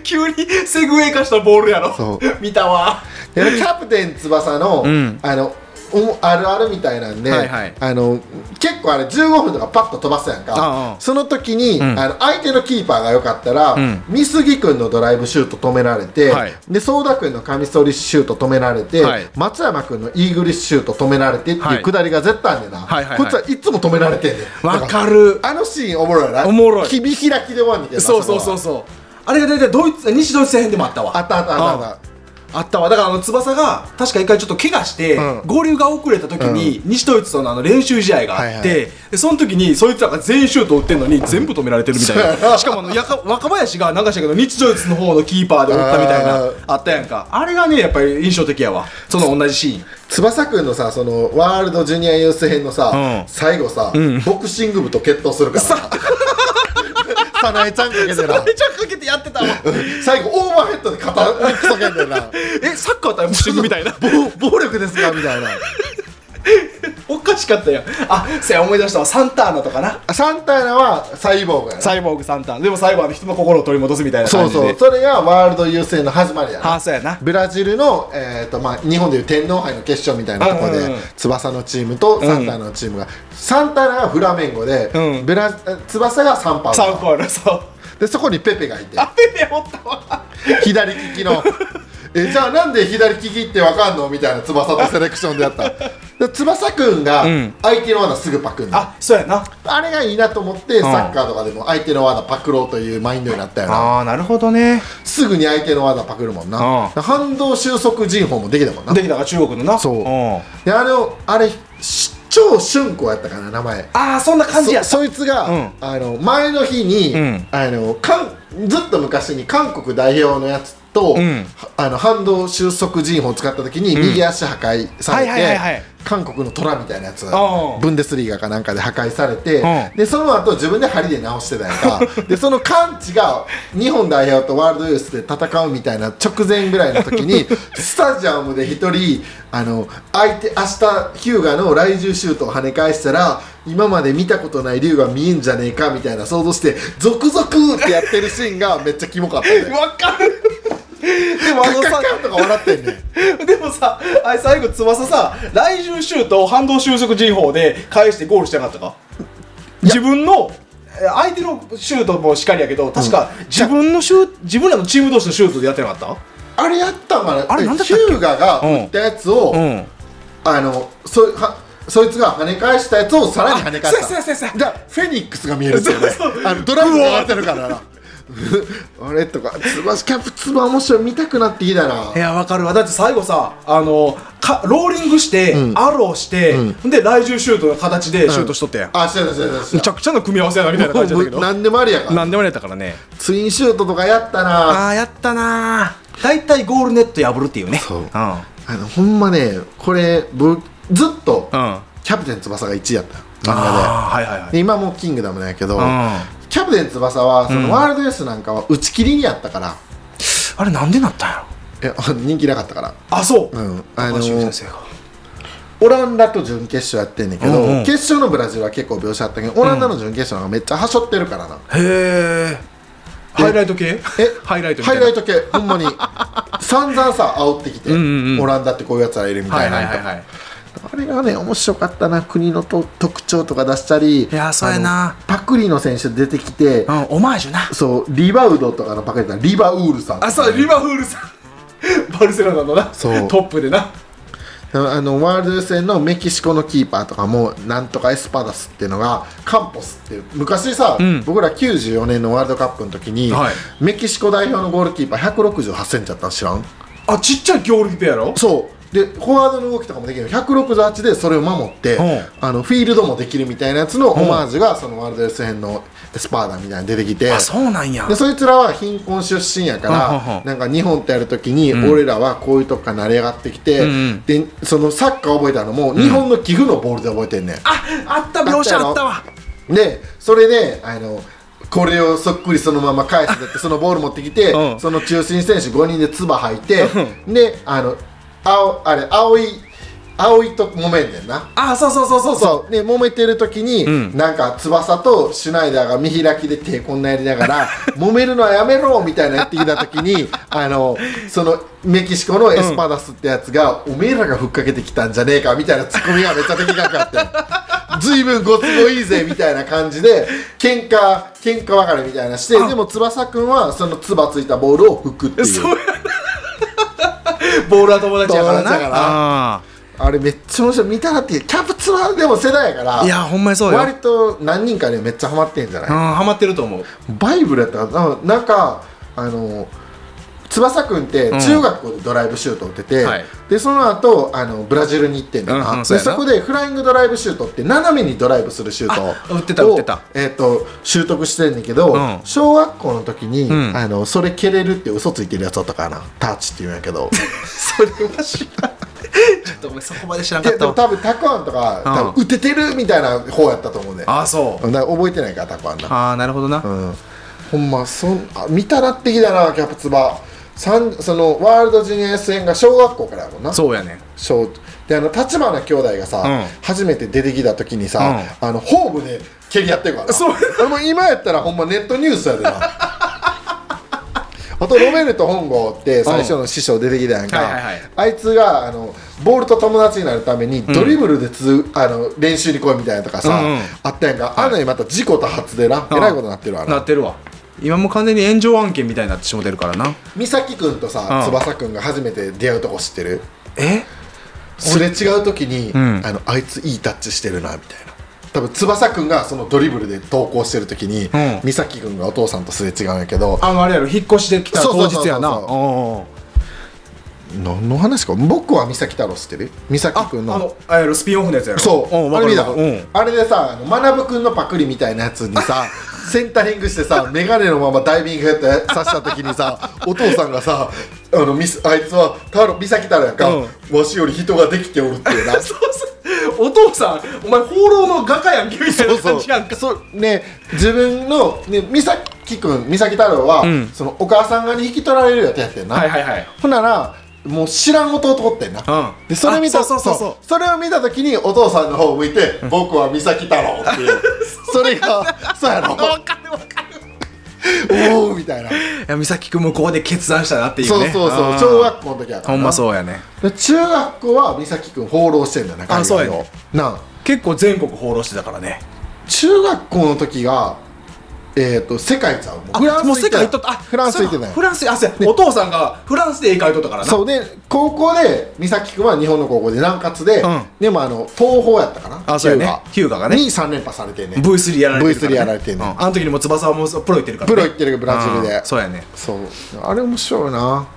急にセグウェイ化したボールやろそう見たわでキャプテン翼の,、んあのおあるあるみたいなんで、はいはいあの結構あれ15分とかパッと飛ばすやんかああその時に、んあの相手のキーパーが良かったら、ん美杉君のドライブシュート止められて、はいで相田君のカミソリシュート止められて、はい松山君のイーグルシュート止められてってはいいうくだりが絶対あんねんな、はいはいはいこいつはいつも止められてんねんわだからるあのシーンおもろいなおもろい切り開きで終わんねんけどなそうそうそうそそうあれが大体ドイツ西ドイツ戦でもあったわこはあったあったあったあったあったわだからあの翼が確か一回ちょっと怪我して、うん合流が遅れた時に、西ドイツとのあの練習試合があって、はいはでその時にそいつらが全員シュート打ってるのに全部止められてるみたいそうやな (laughs) なしかもあのやか若林が流したけど西ドイツの方のキーパーで打ったみたいあなーあったやんかあれがねやっぱり印象的やわその同じシー (laughs) ン翼くんのさそのワールドジュニアユース編のさ、うん最後さ、ボクシング部と決闘するからさ早苗ちゃんかけてなめちゃかけてやってたわ最後オーバーヘッドで肩にくそけんだよなえサッカー対ボクシングみた (laughs) いな暴暴力ですかみたいなおかしかったやんあそや思い出したわサンターナとかなあサンターナはサイボーグやなサイボーグサンターナでもサイバーの人の心を取り戻すみたいなそ感うじでそうそれがワールド優勢の始まりやあなあそうやなブラジルの、えーとまあ、日本でいう天皇杯の決勝みたいなところで、うんうんうん翼のチームとサンターナのチームが、サンターナがフラメンゴで、うんブラ翼がサンパウロサンパウロそうでそこにペペがいてあペペおったわ左利きのえじゃあなんで左利きってわかんのみたいな翼とセレクションでやったで翼くんがうん相手の罠すぐパクるの、あそうやなあれがいいなと思って、サッカーとかでも相手の罠パクろうというマインドになったよなああなるほどねすぐに相手の罠パクるもんな、うん反動収束人法もできたもんなできたから中国のなそうんあであれをあれし張春子やったかな名前あそんな感じやそそいつが、うんあの前の日に、うんあのかんずっと昔に韓国代表のやつと、うんあの反動収束人法を使った時に右足破壊されて、はいはいはいはい韓国の虎みたいなやつああブンデスリーガかなんかで破壊されて、うん。でその後自分で針で直してたやん (laughs) かでそのカンチが日本代表とワールドユースで戦うみたいな直前ぐらいの時 (laughs) にスタジアムで一人あの相手明日ヒューガの来住シュートを跳ね返したら今まで見たことない竜が見えんじゃねえかみたいな想像して「ゾクゾク!」ってやってるシーンがめっちゃキモかった (laughs) ねわかる (laughs) でもカあンのカンさカンとか笑ってんねんでもさあれ最後翼さ来週シュートを反動収束人法で返してゴールしてなかったか自分のえ相手のシュートもしっかりやけど確か自分のシュー自分らのチーム同士のシュートでやってなかったあれやったんかなあれなんだったヒっけューガが打ったやつを、んあのそはそいつが跳ね返したやつをさらに跳ね返したそうやそうやそうやじゃあフェニックスが見えるっていうねそうそうあのドラムが上がってるから (laughs) なあれとかつばしキャップつば面白い見たくなってきたないやわかるわだって最後さあのかローリングして、うんアローして、で来週シュートの形でシュートしとって、ん、あしてたしてたしてむちたゃくちゃな組み合わせやなみたいな感じだったけど (laughs) もう何でもありやから何でもやったからねツインシュートとかやったなあああやったなー大体ゴールネット破るっていうねそうんうんのほんまねこれ僕ずっとキャプテン翼が1位やった漫画であーはいはいはいで今もうキングダムなんやけど、うんキャプテン翼はそのワールドユースなんかは打ち切りにやったから、あれなんでなったんやろえ (laughs) 人気なかったからあそう、うんあの高橋先生がオランダと準決勝やってんねんけど、うんうん決勝のブラジルは結構描写あったけどオランダの準決勝の方がめっちゃはしょってるからな、へえハイライト系ハイライトみハたいイなライト系ほんま (laughs) に散々さ煽ってきて、うんうんうんオランダってこういうやつらいるみたはいいな、はいはいはいあれがね面白かったな国のと特徴とか出したりいやそうやなパクリの選手出てきて、うんオマージュなそうリバウドとかのパクリだリバウールさんあそうリバフールさん (laughs) バルセロナのなそうトップでなあのワールド予選のメキシコのキーパーとかもなんとかエスパダスっていうのがカンポスっていう昔さ、ん僕ら94年のワールドカップの時に、はいメキシコ代表のゴールキーパー168センチだったの知らんあちっちゃいゴールキーパーやろそうでフォワードの動きとかもできる168でそれを守って、うんあのフィールドもできるみたいなやつのオマージュがそのワールド予選のエスパーダみたいに出てきてあそうなんやでそいつらは貧困出身やかうんうんうらんなんか日本ってやるときに俺らはこういうとこから成り上がってきて、うんうんでそのサッカー覚えたのも日本の寄付のボールで覚えてんねん、ああった描写あったわでそれであのこれをそっくりそのまま返すんだ (laughs) ってそのボール持ってきて、うんその中心選手5人で唾吐いて、であの青あれ青い青いと揉めんねんなあそうそうそうそうそうそうで揉めてる時に、んなんか翼とシュナイダーが見開きで手こんなやりな (laughs) がら揉めるのはやめろみたいなやってきた時にあのそのメキシコのエスパダスってやつが、おめえらがふっかけてきたんじゃねえかみたいなツッコミがめっちゃ的確 (laughs) あって随分ご都合いいぜみたいな感じで喧嘩喧嘩別れみたいなしてでも翼くんはその唾ついたボールを吹くっていうそうやなボールは友達やからな友達やからああれめっちゃ面白い見たらってキャプツはでも世代やからーいやほんまにそうよ割と何人かにはめっちゃハマってんじゃないうんハマってると思うバイブルやったかななんかあの翼くんってん中学校でドライブシュート打ってて、はいでその後あのブラジルに行ってんだよな、うんうんそうでやなそこでフライングドライブシュートって斜めにドライブするシュートをあ打ってた打ってたえー、と習得してんだけど、うん小学校の時に、うんあのそれ蹴れるって嘘ついてるやつだったからなタッチって言うんやけど (laughs) それは知らんちょっとお前そこまで知らんいかやっでたもわ多分タクアンとか、多分打ててるみたいな方やったと思うねだかああそうら覚えてないからタクアンなああなるほどなうん、ほんまそんあ見たらってきたなキャプツバさんそのワールドジュニア S 演が小学校からやもんなそうやねん小であの立花兄弟がさ、うん初めて出てきた時にさ、あのホームで蹴り合ってるからなそう俺も今やったらほんまネットニュースやでな (laughs) あとロベルト本郷って最初の師匠出てきたやんか、はいはいはいあいつがあのボールと友達になるためにドリブルでつ、あの練習に来いみたいなとかさ、うんうんあったやんかあんなにまた自己多発でな、えらいことになってるわななってるわ今もう完全に炎上案件みたいになってしもてるからな美咲くんとさ、うん翼くんが初めて出会うとこ知ってるえすれ違う時に、んあのあいついいタッチしてるなみたいな多分翼くんがそのドリブルで投稿してる時に、ん美咲くんがお父さんとすれ違うんやけどあのあれやろ引っ越してきたそうそ当うそうそう日やなそうそうそお何の話か僕は美咲太郎知ってる美咲ーくんあののあれやろスピンオフのやつやろそう、んわあかれる見わたかるうんあれでさあの学くんのパクリみたいなやつに (laughs) さセンタリングしてさ眼鏡のままダイビングやって刺した時 (laughs) にさお父さんがさあのミスあいつは太郎美咲太郎やんか、わしより人ができておるっていうなそうお父さんお前放浪の画家やんけみたいな感じやんかそうね自分の、ね、美咲くん美咲太郎は、んそのお母さん側に引き取られるやつやってんな、はいはいはいほんならもう知らん弟おってんな、うんでそれ見あたそうそうそうそうそれを見た時にお父さんの方を向いて「僕は美咲太郎」 (laughs) っていうそれがそうやろかるわかるおおみたいな、いや美咲君もここで決断したなっていうそうねそうそうあー小学校の時はほんまそうやね中学校は美咲くん放浪してんだよなあそうや海外をねなあ結構全国放浪してたからね中学校の時がえっ、と世界ちゃうもんフランスもう世界行っってとんったあフランス行ってそうたかよフランスあそうやお父さんがフランスで絵描いとったからなそうで高校で美咲くんは日本の高校で南葛で、うんでもあの東宝やったかなあそうやねヒューガヒューガがねに3連覇されてんね V3 やられてるから、 V3 やられてんねうんあの時にも翼はもうプロ行ってるから、プロ行ってるブラジルでうんそうやねそうあれ面白いな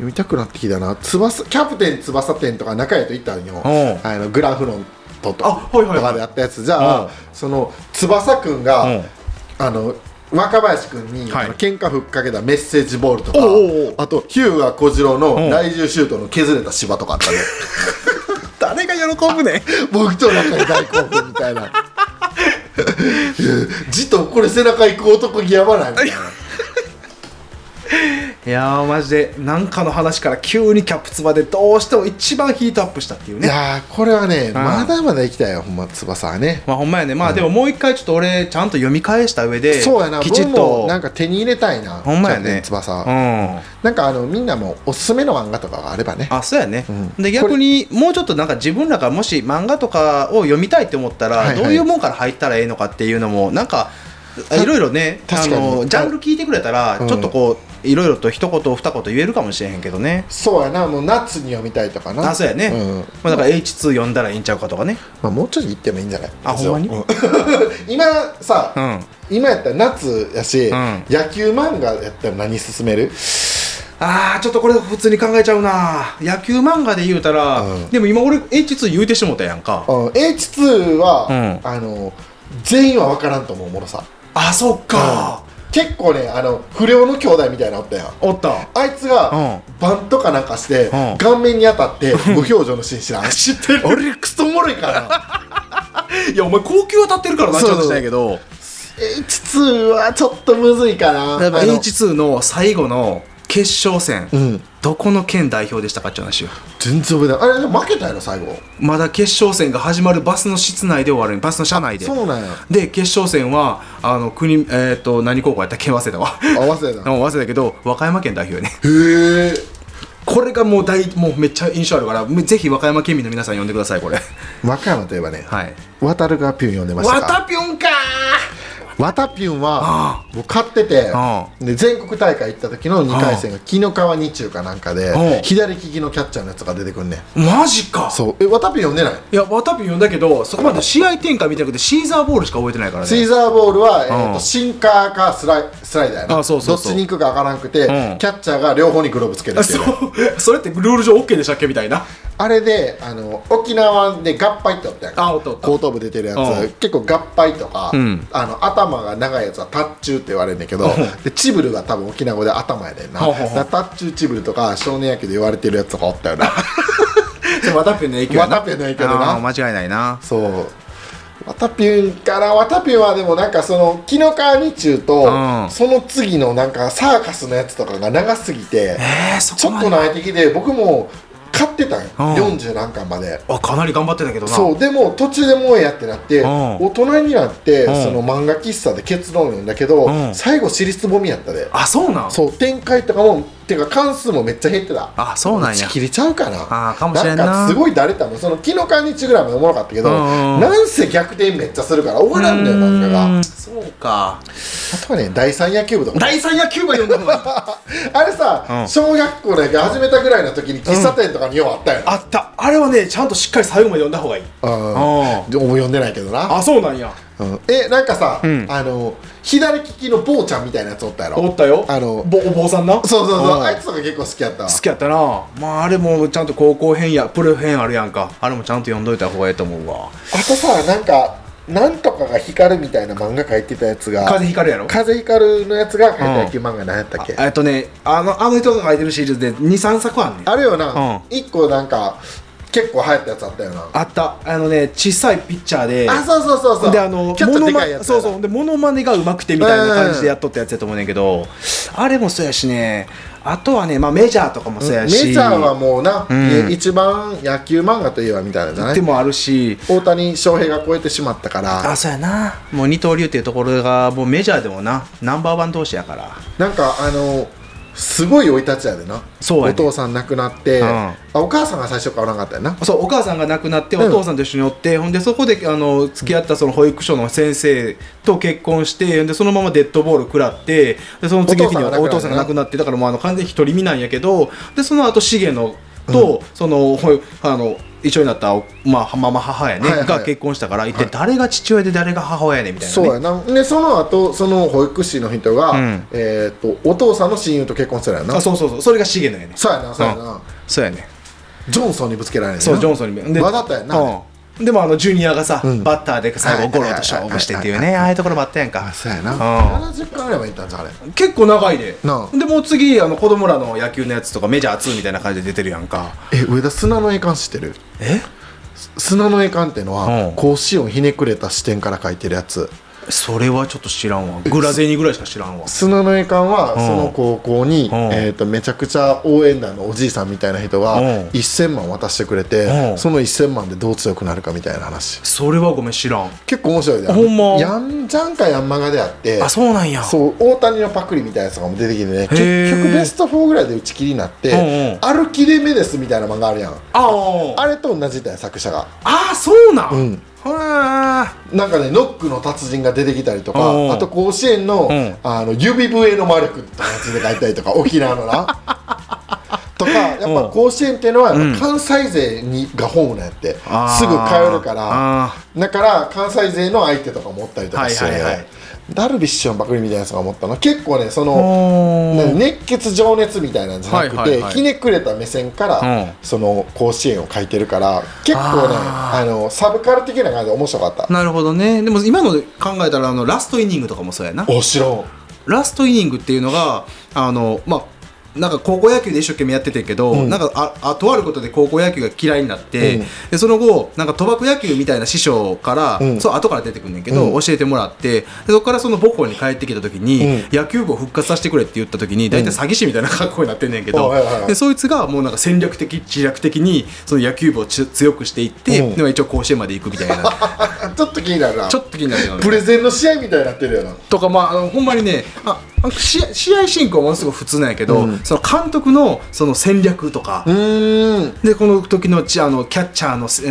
見たくなってきたな翼キャプテン翼店とか中谷と行ったのようあのグランフロントとあはいはいはいとかでやったやつじゃうんあその翼くんが、うんあの若林くんに、はいあの喧嘩ふっかけたメッセージボールとかおうおうおうあとヒューガ小次郎のん内重シュートの削れた芝とかあ (laughs) った誰ねが喜ぶね僕と中に大興奮み (laughs) たいなじっとこれ背中行く男にやばないみたいないやーマジでなんかの話から急にキャップツバでどうしても一番ヒートアップしたっていういねやーこれはね、んまだまだ行きたいよほんま翼はね、まあほんまやねまあでももう一回ちょっと俺ちゃんと読み返した上でそうやなきちっ僕もとなんか手に入れたいなほんまやキャプテねン翼、うんなんかあのみんなもおすすめの漫画とかがあればねあそうやね、うんで逆にもうちょっとなんか自分らがもし漫画とかを読みたいって思ったら、はいはいどういうもんから入ったらええのかっていうのもなんかいろいろねあ確かにのジャンル聞いてくれたらうんちょっとこういろいろと一言二言言えるかもしれへんけどね、そうやなもう夏に読みたいとかなあそうやね、うんまあ、だから H2 読んだらいいんちゃうかとかねまあ、もうちょい行ってもいいんじゃないあほんまにうん (laughs) 今さ、うん今やったら夏やし、うん野球漫画やったら何勧めるあーちょっとこれ普通に考えちゃうな野球漫画で言うたら、うんでも今俺 H2 言うてしもたやんか、うん、H2 は、うあの全員は分からんと思うものさ、あそっか、結構ねあの不良の兄弟みたいなのおったやんおったあいつがバントかなんかして、うん顔面に当たって無表情のシーン知らん知ってる俺クソおもろいから (laughs) いやお前高級当たってるからなちそうょっとしたんやけど H2 はちょっとむずいかなやっぱあの H2 の最後の決勝戦、うんどこの県代表でしたかって話よ全然覚えてないあれ負けたやろ最後まだ決勝戦が始まるバスの室内で終わるんバスの車内でそうなんやで決勝戦はあの国、えー、と何高校やったっけ忘れたわ (laughs) 合わせた忘れたけど和歌山県代表よねへえこれがもう大もうめっちゃ印象あるからめぜひ和歌山県民の皆さん呼んでくださいこ (laughs) れ和歌山といえばねはい渡るがピュン読んでましたわかたぴょんかワタピュンはあもう買っててあで全国大会行った時の2回戦が紀の川二中かなんかうでん左利きのキャッチャーのやつが出てくんねんーマジかそうえワタピュン読んでないいやわたぴょん呼んだけどそこまで試合展開見てなくてシーザーボールしか覚えてないからシねーザーボールは、えうー、んとシンカーかスライスライダーやなあそうそうそうどっちに行くか分からなくて、うんキャッチャーが両方にグローブつけるあっていうそねう (laughs) それってルール上 OK でしたっけみたいなあれであの沖縄で合杯っておったやんあおったおった後頭部出てるやつ、うん結構合杯とか、うんあの頭が長いやつはタッチューって言われるんだけど、でチブルが多分沖縄語で頭やねんな、ほうほうほうだからタッチューチブルとか少年野球で言われてるやつとかおったよ (laughs) なワタピュンの影響やなワタピュンの影響でなあー間違いないなそうワタピュンからワタピュンはでもなんかその紀の川二中と、うんその次のなんかサーカスのやつとかが長すぎて、えー、そちこょっまとで慣れてきて僕も買ってたんよ、うん40何巻まであかなり頑張ってたけどなそうでも途中でもうええやってなって、うん大人になって、んその漫画喫茶で結論読んだけど、うん最後尻つぼみやったで、あそうなんそう展開とかもてか関数もめっちゃ減ってたあそうなんや打ち切れちゃうかなあーかもしれんなんかすごいだれたのその昨日か日ぐらいまでおもろかったけど、うんうんうんなんせ逆転めっちゃするから終わらんのよ漫画がうーんあそうかとはね第三野球部と (laughs) か第三野球部は読んだ方がいいあれさうんが小学校なんか始めたぐらいの時に喫茶店とかにようあったよ、 (laughs) あったあれはねちゃんとしっかり最後まで読んだ方がいいあうあでも読んでないけどな、あそうなんやうんえなんかさ、んあの左利きの坊ちゃんみたいなやつおったやろおったよあのぼお坊さんなそうそうそううんあいつとか結構好きやったわ好きやったなまああれもちゃんと高校編やプロ編あるやんかあれもちゃんと読んどいた方がええと思うわあとさなんかなんとかが光るみたいな漫画書いてたやつが風光るやろ風光るのやつが書いた野球漫画何やったっけ、えっとねあのあの人が書いてるシリーズで23作あんねんあれようんな、一1個なんか結構流行ったやつあったよなあったあのね小さいピッチャーであそうそうそうそうであのちょっとでかいモノやマつそうそうでモノマネがうまくてみたいな感じでやっとったやつやと思うねんけど、あれもそうやしねあとはね、まあ、メジャーとかもそうやメし、ジャーはもうな、ん一番野球漫画といえばみたいなんじゃなでいもあるし大谷翔平が超えてしまったからあそうやなもう二刀流っていうところがもうメジャーでもなナンバーワン同士やからなんかあのすごい生い立ちやでなそうやねお父さん亡くなって、うんあお母さんが最初からおらんかったよなそうお母さんが亡くなってうんお父さんと一緒におって、ほんでそこであの付き合ったその保育所の先生と結婚してほんでそのままデッドボール食らってでその次の日にはおお父さ父さんがん亡が亡くくなってだからもうあの完全に独り身なんやけどでその後シゲのと、そのほいあの一緒になった、まあ、ママ母やね、はいはいが結婚したから一体誰が父親で誰が母親やねみたいな、ね、そうやなでその後その保育士の人が、うんえー、とお父さんの親友と結婚するやなあそうそうそうそれがシゲのやねそうやなそうやな、そうやねジョンソンにぶつけられるそうジョンソンにわざとやな、うん、でもあのジュニアがさ、んバッターで最後ゴロと勝負してっていうねああいうところもあったやんかあそうやなうん70回ぐらいはいったんじゃんあれ結構長いでなあでもう次あの子供らの野球のやつとかメジャー2みたいな感じで出てるやんかえ上田砂の栄冠知ってるえす砂の栄冠ってのは、うん甲子園をひねくれた視点から書いてるやつそれはちょっと知らんわグラゼニぐらいしか知らんわ砂の栄冠は、んその高校に、うんえー、とめちゃくちゃ応援団のおじいさんみたいな人が、うん1000万渡してくれて、うんその1000万でどう強くなるかみたいな話それはごめん知らん結構面白いでほんまやんじゃんかやんまがであってあそうなんやそう大谷のパクリみたいなやつとかも出てきてね結へー局ベスト4ぐらいで打ち切りになってうんうん「歩きで目です」みたいな漫画あるやんああああれと同じだよ作者があそうなん、うんはなんかねノックの達人が出てきたりとうんうんかあと甲子園の,、うんあの指笛の魔力ってやつで書いたりとか沖縄 (laughs) のなとかやっぱ甲子園っていうのはやっぱ関西勢にがホームなんやってすぐあー通るからあだから関西勢の相手とか持ったりとかして、ねはいはいはいダルビッシュのパクリみたいなやつが持ったの結構ねそあのね熱血情熱みたいなんじゃなくて、はいはいはいひねくれた目線から、うんその甲子園を書いてるから結構ねああのサブカル的な感じで面白かったなるほどねでも今ので考えたらあのラストイニングとかもそうやなお城ラストイニングっていうのがあのまあなんか高校野球で一生懸命やっててんけど、んなんかああとあることで高校野球が嫌いになって、うんでその後なんか賭博野球みたいな師匠から、うんそう後から出てくんねんけど、う教えてもらってでそこからその母校に帰ってきた時に、野球部を復活させてくれって言った時に大体詐欺師みたいな格好になってんねんけど、うんはいはいはいでそいつがもうなんか戦略的自虐的にその野球部をち強くしていって、うんでも一応甲子園まで行くみたい (laughs) なあちょっと気になるなちょっと気になるよねプレゼンの試合みたいになってるよなとかまああのほんまにねああ試合試合進行はものすごく普通なんやけど、うんその監督のその戦略とかう、ーんでこの時のちあのキャッチャーのせ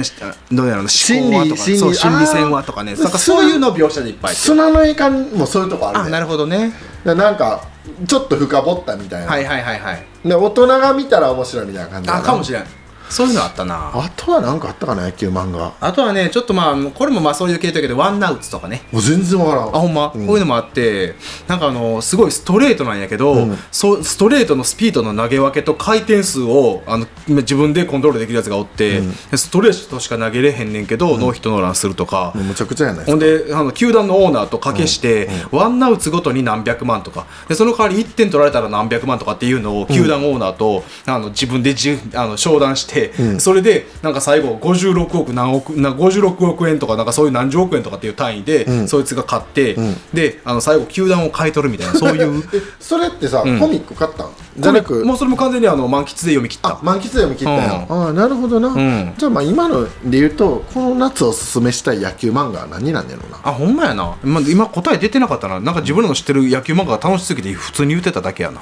どうやらの思考はとか心理そう心理心理戦はとかねあなーんかそういうのを描写でいっぱい砂の栄冠もそういうとこああるなねるほどねななんかちょっと深掘ったみたいな、はいはいはいはいで大人が見たら面白いみたいな感じだあなかもしれんそういうのあったなあとは何かあったかな野球漫画あとはねちょっとまあこれもまあそういう系統やけどワンナウツとかねもう全然わからんあほんま、うんこういうのもあってなんかあのすごいストレートなんやけど、うんそうストレートのスピードの投げ分けと回転数をあの自分でコントロールできるやつがおって、ストレートしか投げれへんねんけど、ノーヒットノーランするとか。もうむちゃくちゃやないほんであの球団のオーナーと掛けして、ワンアウトごとに何百万とかでその代わり1点取られたら何百万とかっていうのを球団オーナーと、あの自分でじあの商談して、んそれでなんか最後56億何億な56億円とかなんかそういう何十億円とかっていう単位で、んそいつが買って、んであの最後球団を買い取るみたい (laughs) なそういうえそれってさ、んコミック買ったんじゃなくもうそれも完全にあの満喫で読み切ったあ満喫で読み切ったよ、うああなるほどな、んじゃあまあ今ので言うとこの夏おすすめしたい野球漫画は何なんやろうなあほんまやな、まあ、今答え出てなかったななんか自分らの知ってる野球漫画が楽しすぎて普通に言ってただけやな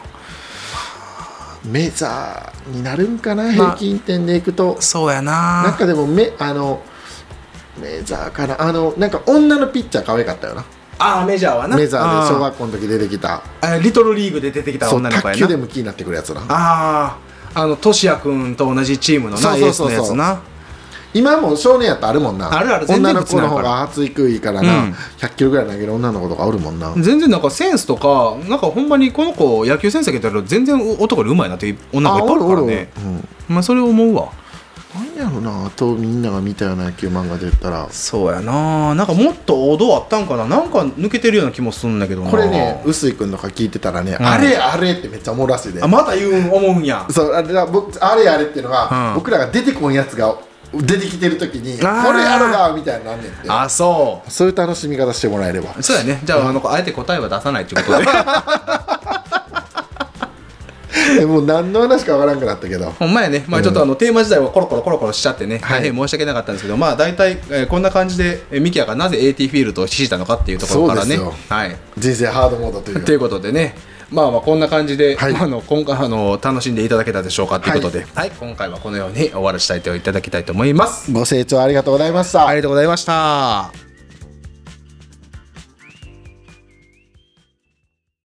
メジャーになるんかなまあ平均点でいくとそうやなんなかでもめあのメジャーかなあのなんか女のピッチャー可愛かったよなああメジャーはなメザーで小あ学校の時出てきたーあリトルリーグで出てきたそう女の子卓や球なでムキになってくるやつなあああのトシヤ君と同じチームのなそうそうそうそエうースのやつな今も少年やったらあるもんなあるある全女然の別子にあるのから方が熱い食いからうんな100キロぐらい投げる女の子とかおるもんな全然なんかセンスとかなんかほんまにこの子野球センスだけど全然男よりうまいなっていう女の子いっぱいあるからねあおるおるうんまあそれ思うわなんやろなあとみんなが見たような野球漫画で言ったらそうやななんかもっと王道あったんかななんか抜けてるような気もするんだけどなこれね臼井君とか聞いてたらね、んあれあれってめっちゃおもろらしいであまた言うん思うんやそうあれだ僕あれあれっていうのが、うん僕らが出てこんやつが出てきてる時にこれあーあるがみたいになんねんってあそそういう楽しみ方してもらえれば (laughs) うそうやねじゃああのあえて答えは出さないってことでえもう何の話かわからんくなったけどほんまやねまあちょっとあの、テーマ自体はコロコロコロコロしちゃってねはい大変申し訳なかったんですけど、まあ大体、えーこんな感じで、えーミキヤがなぜ AT フィールドを支持したのかっていうところからねそうですはい人生ハードモードというということでね、まあまあこんな感じで、はいまああの今回あの楽しんでいただけたでしょうかということで、はい、今回はこのように終わらせたいといただきたいと思います。ご清聴ありがとうございましたありがとうございました。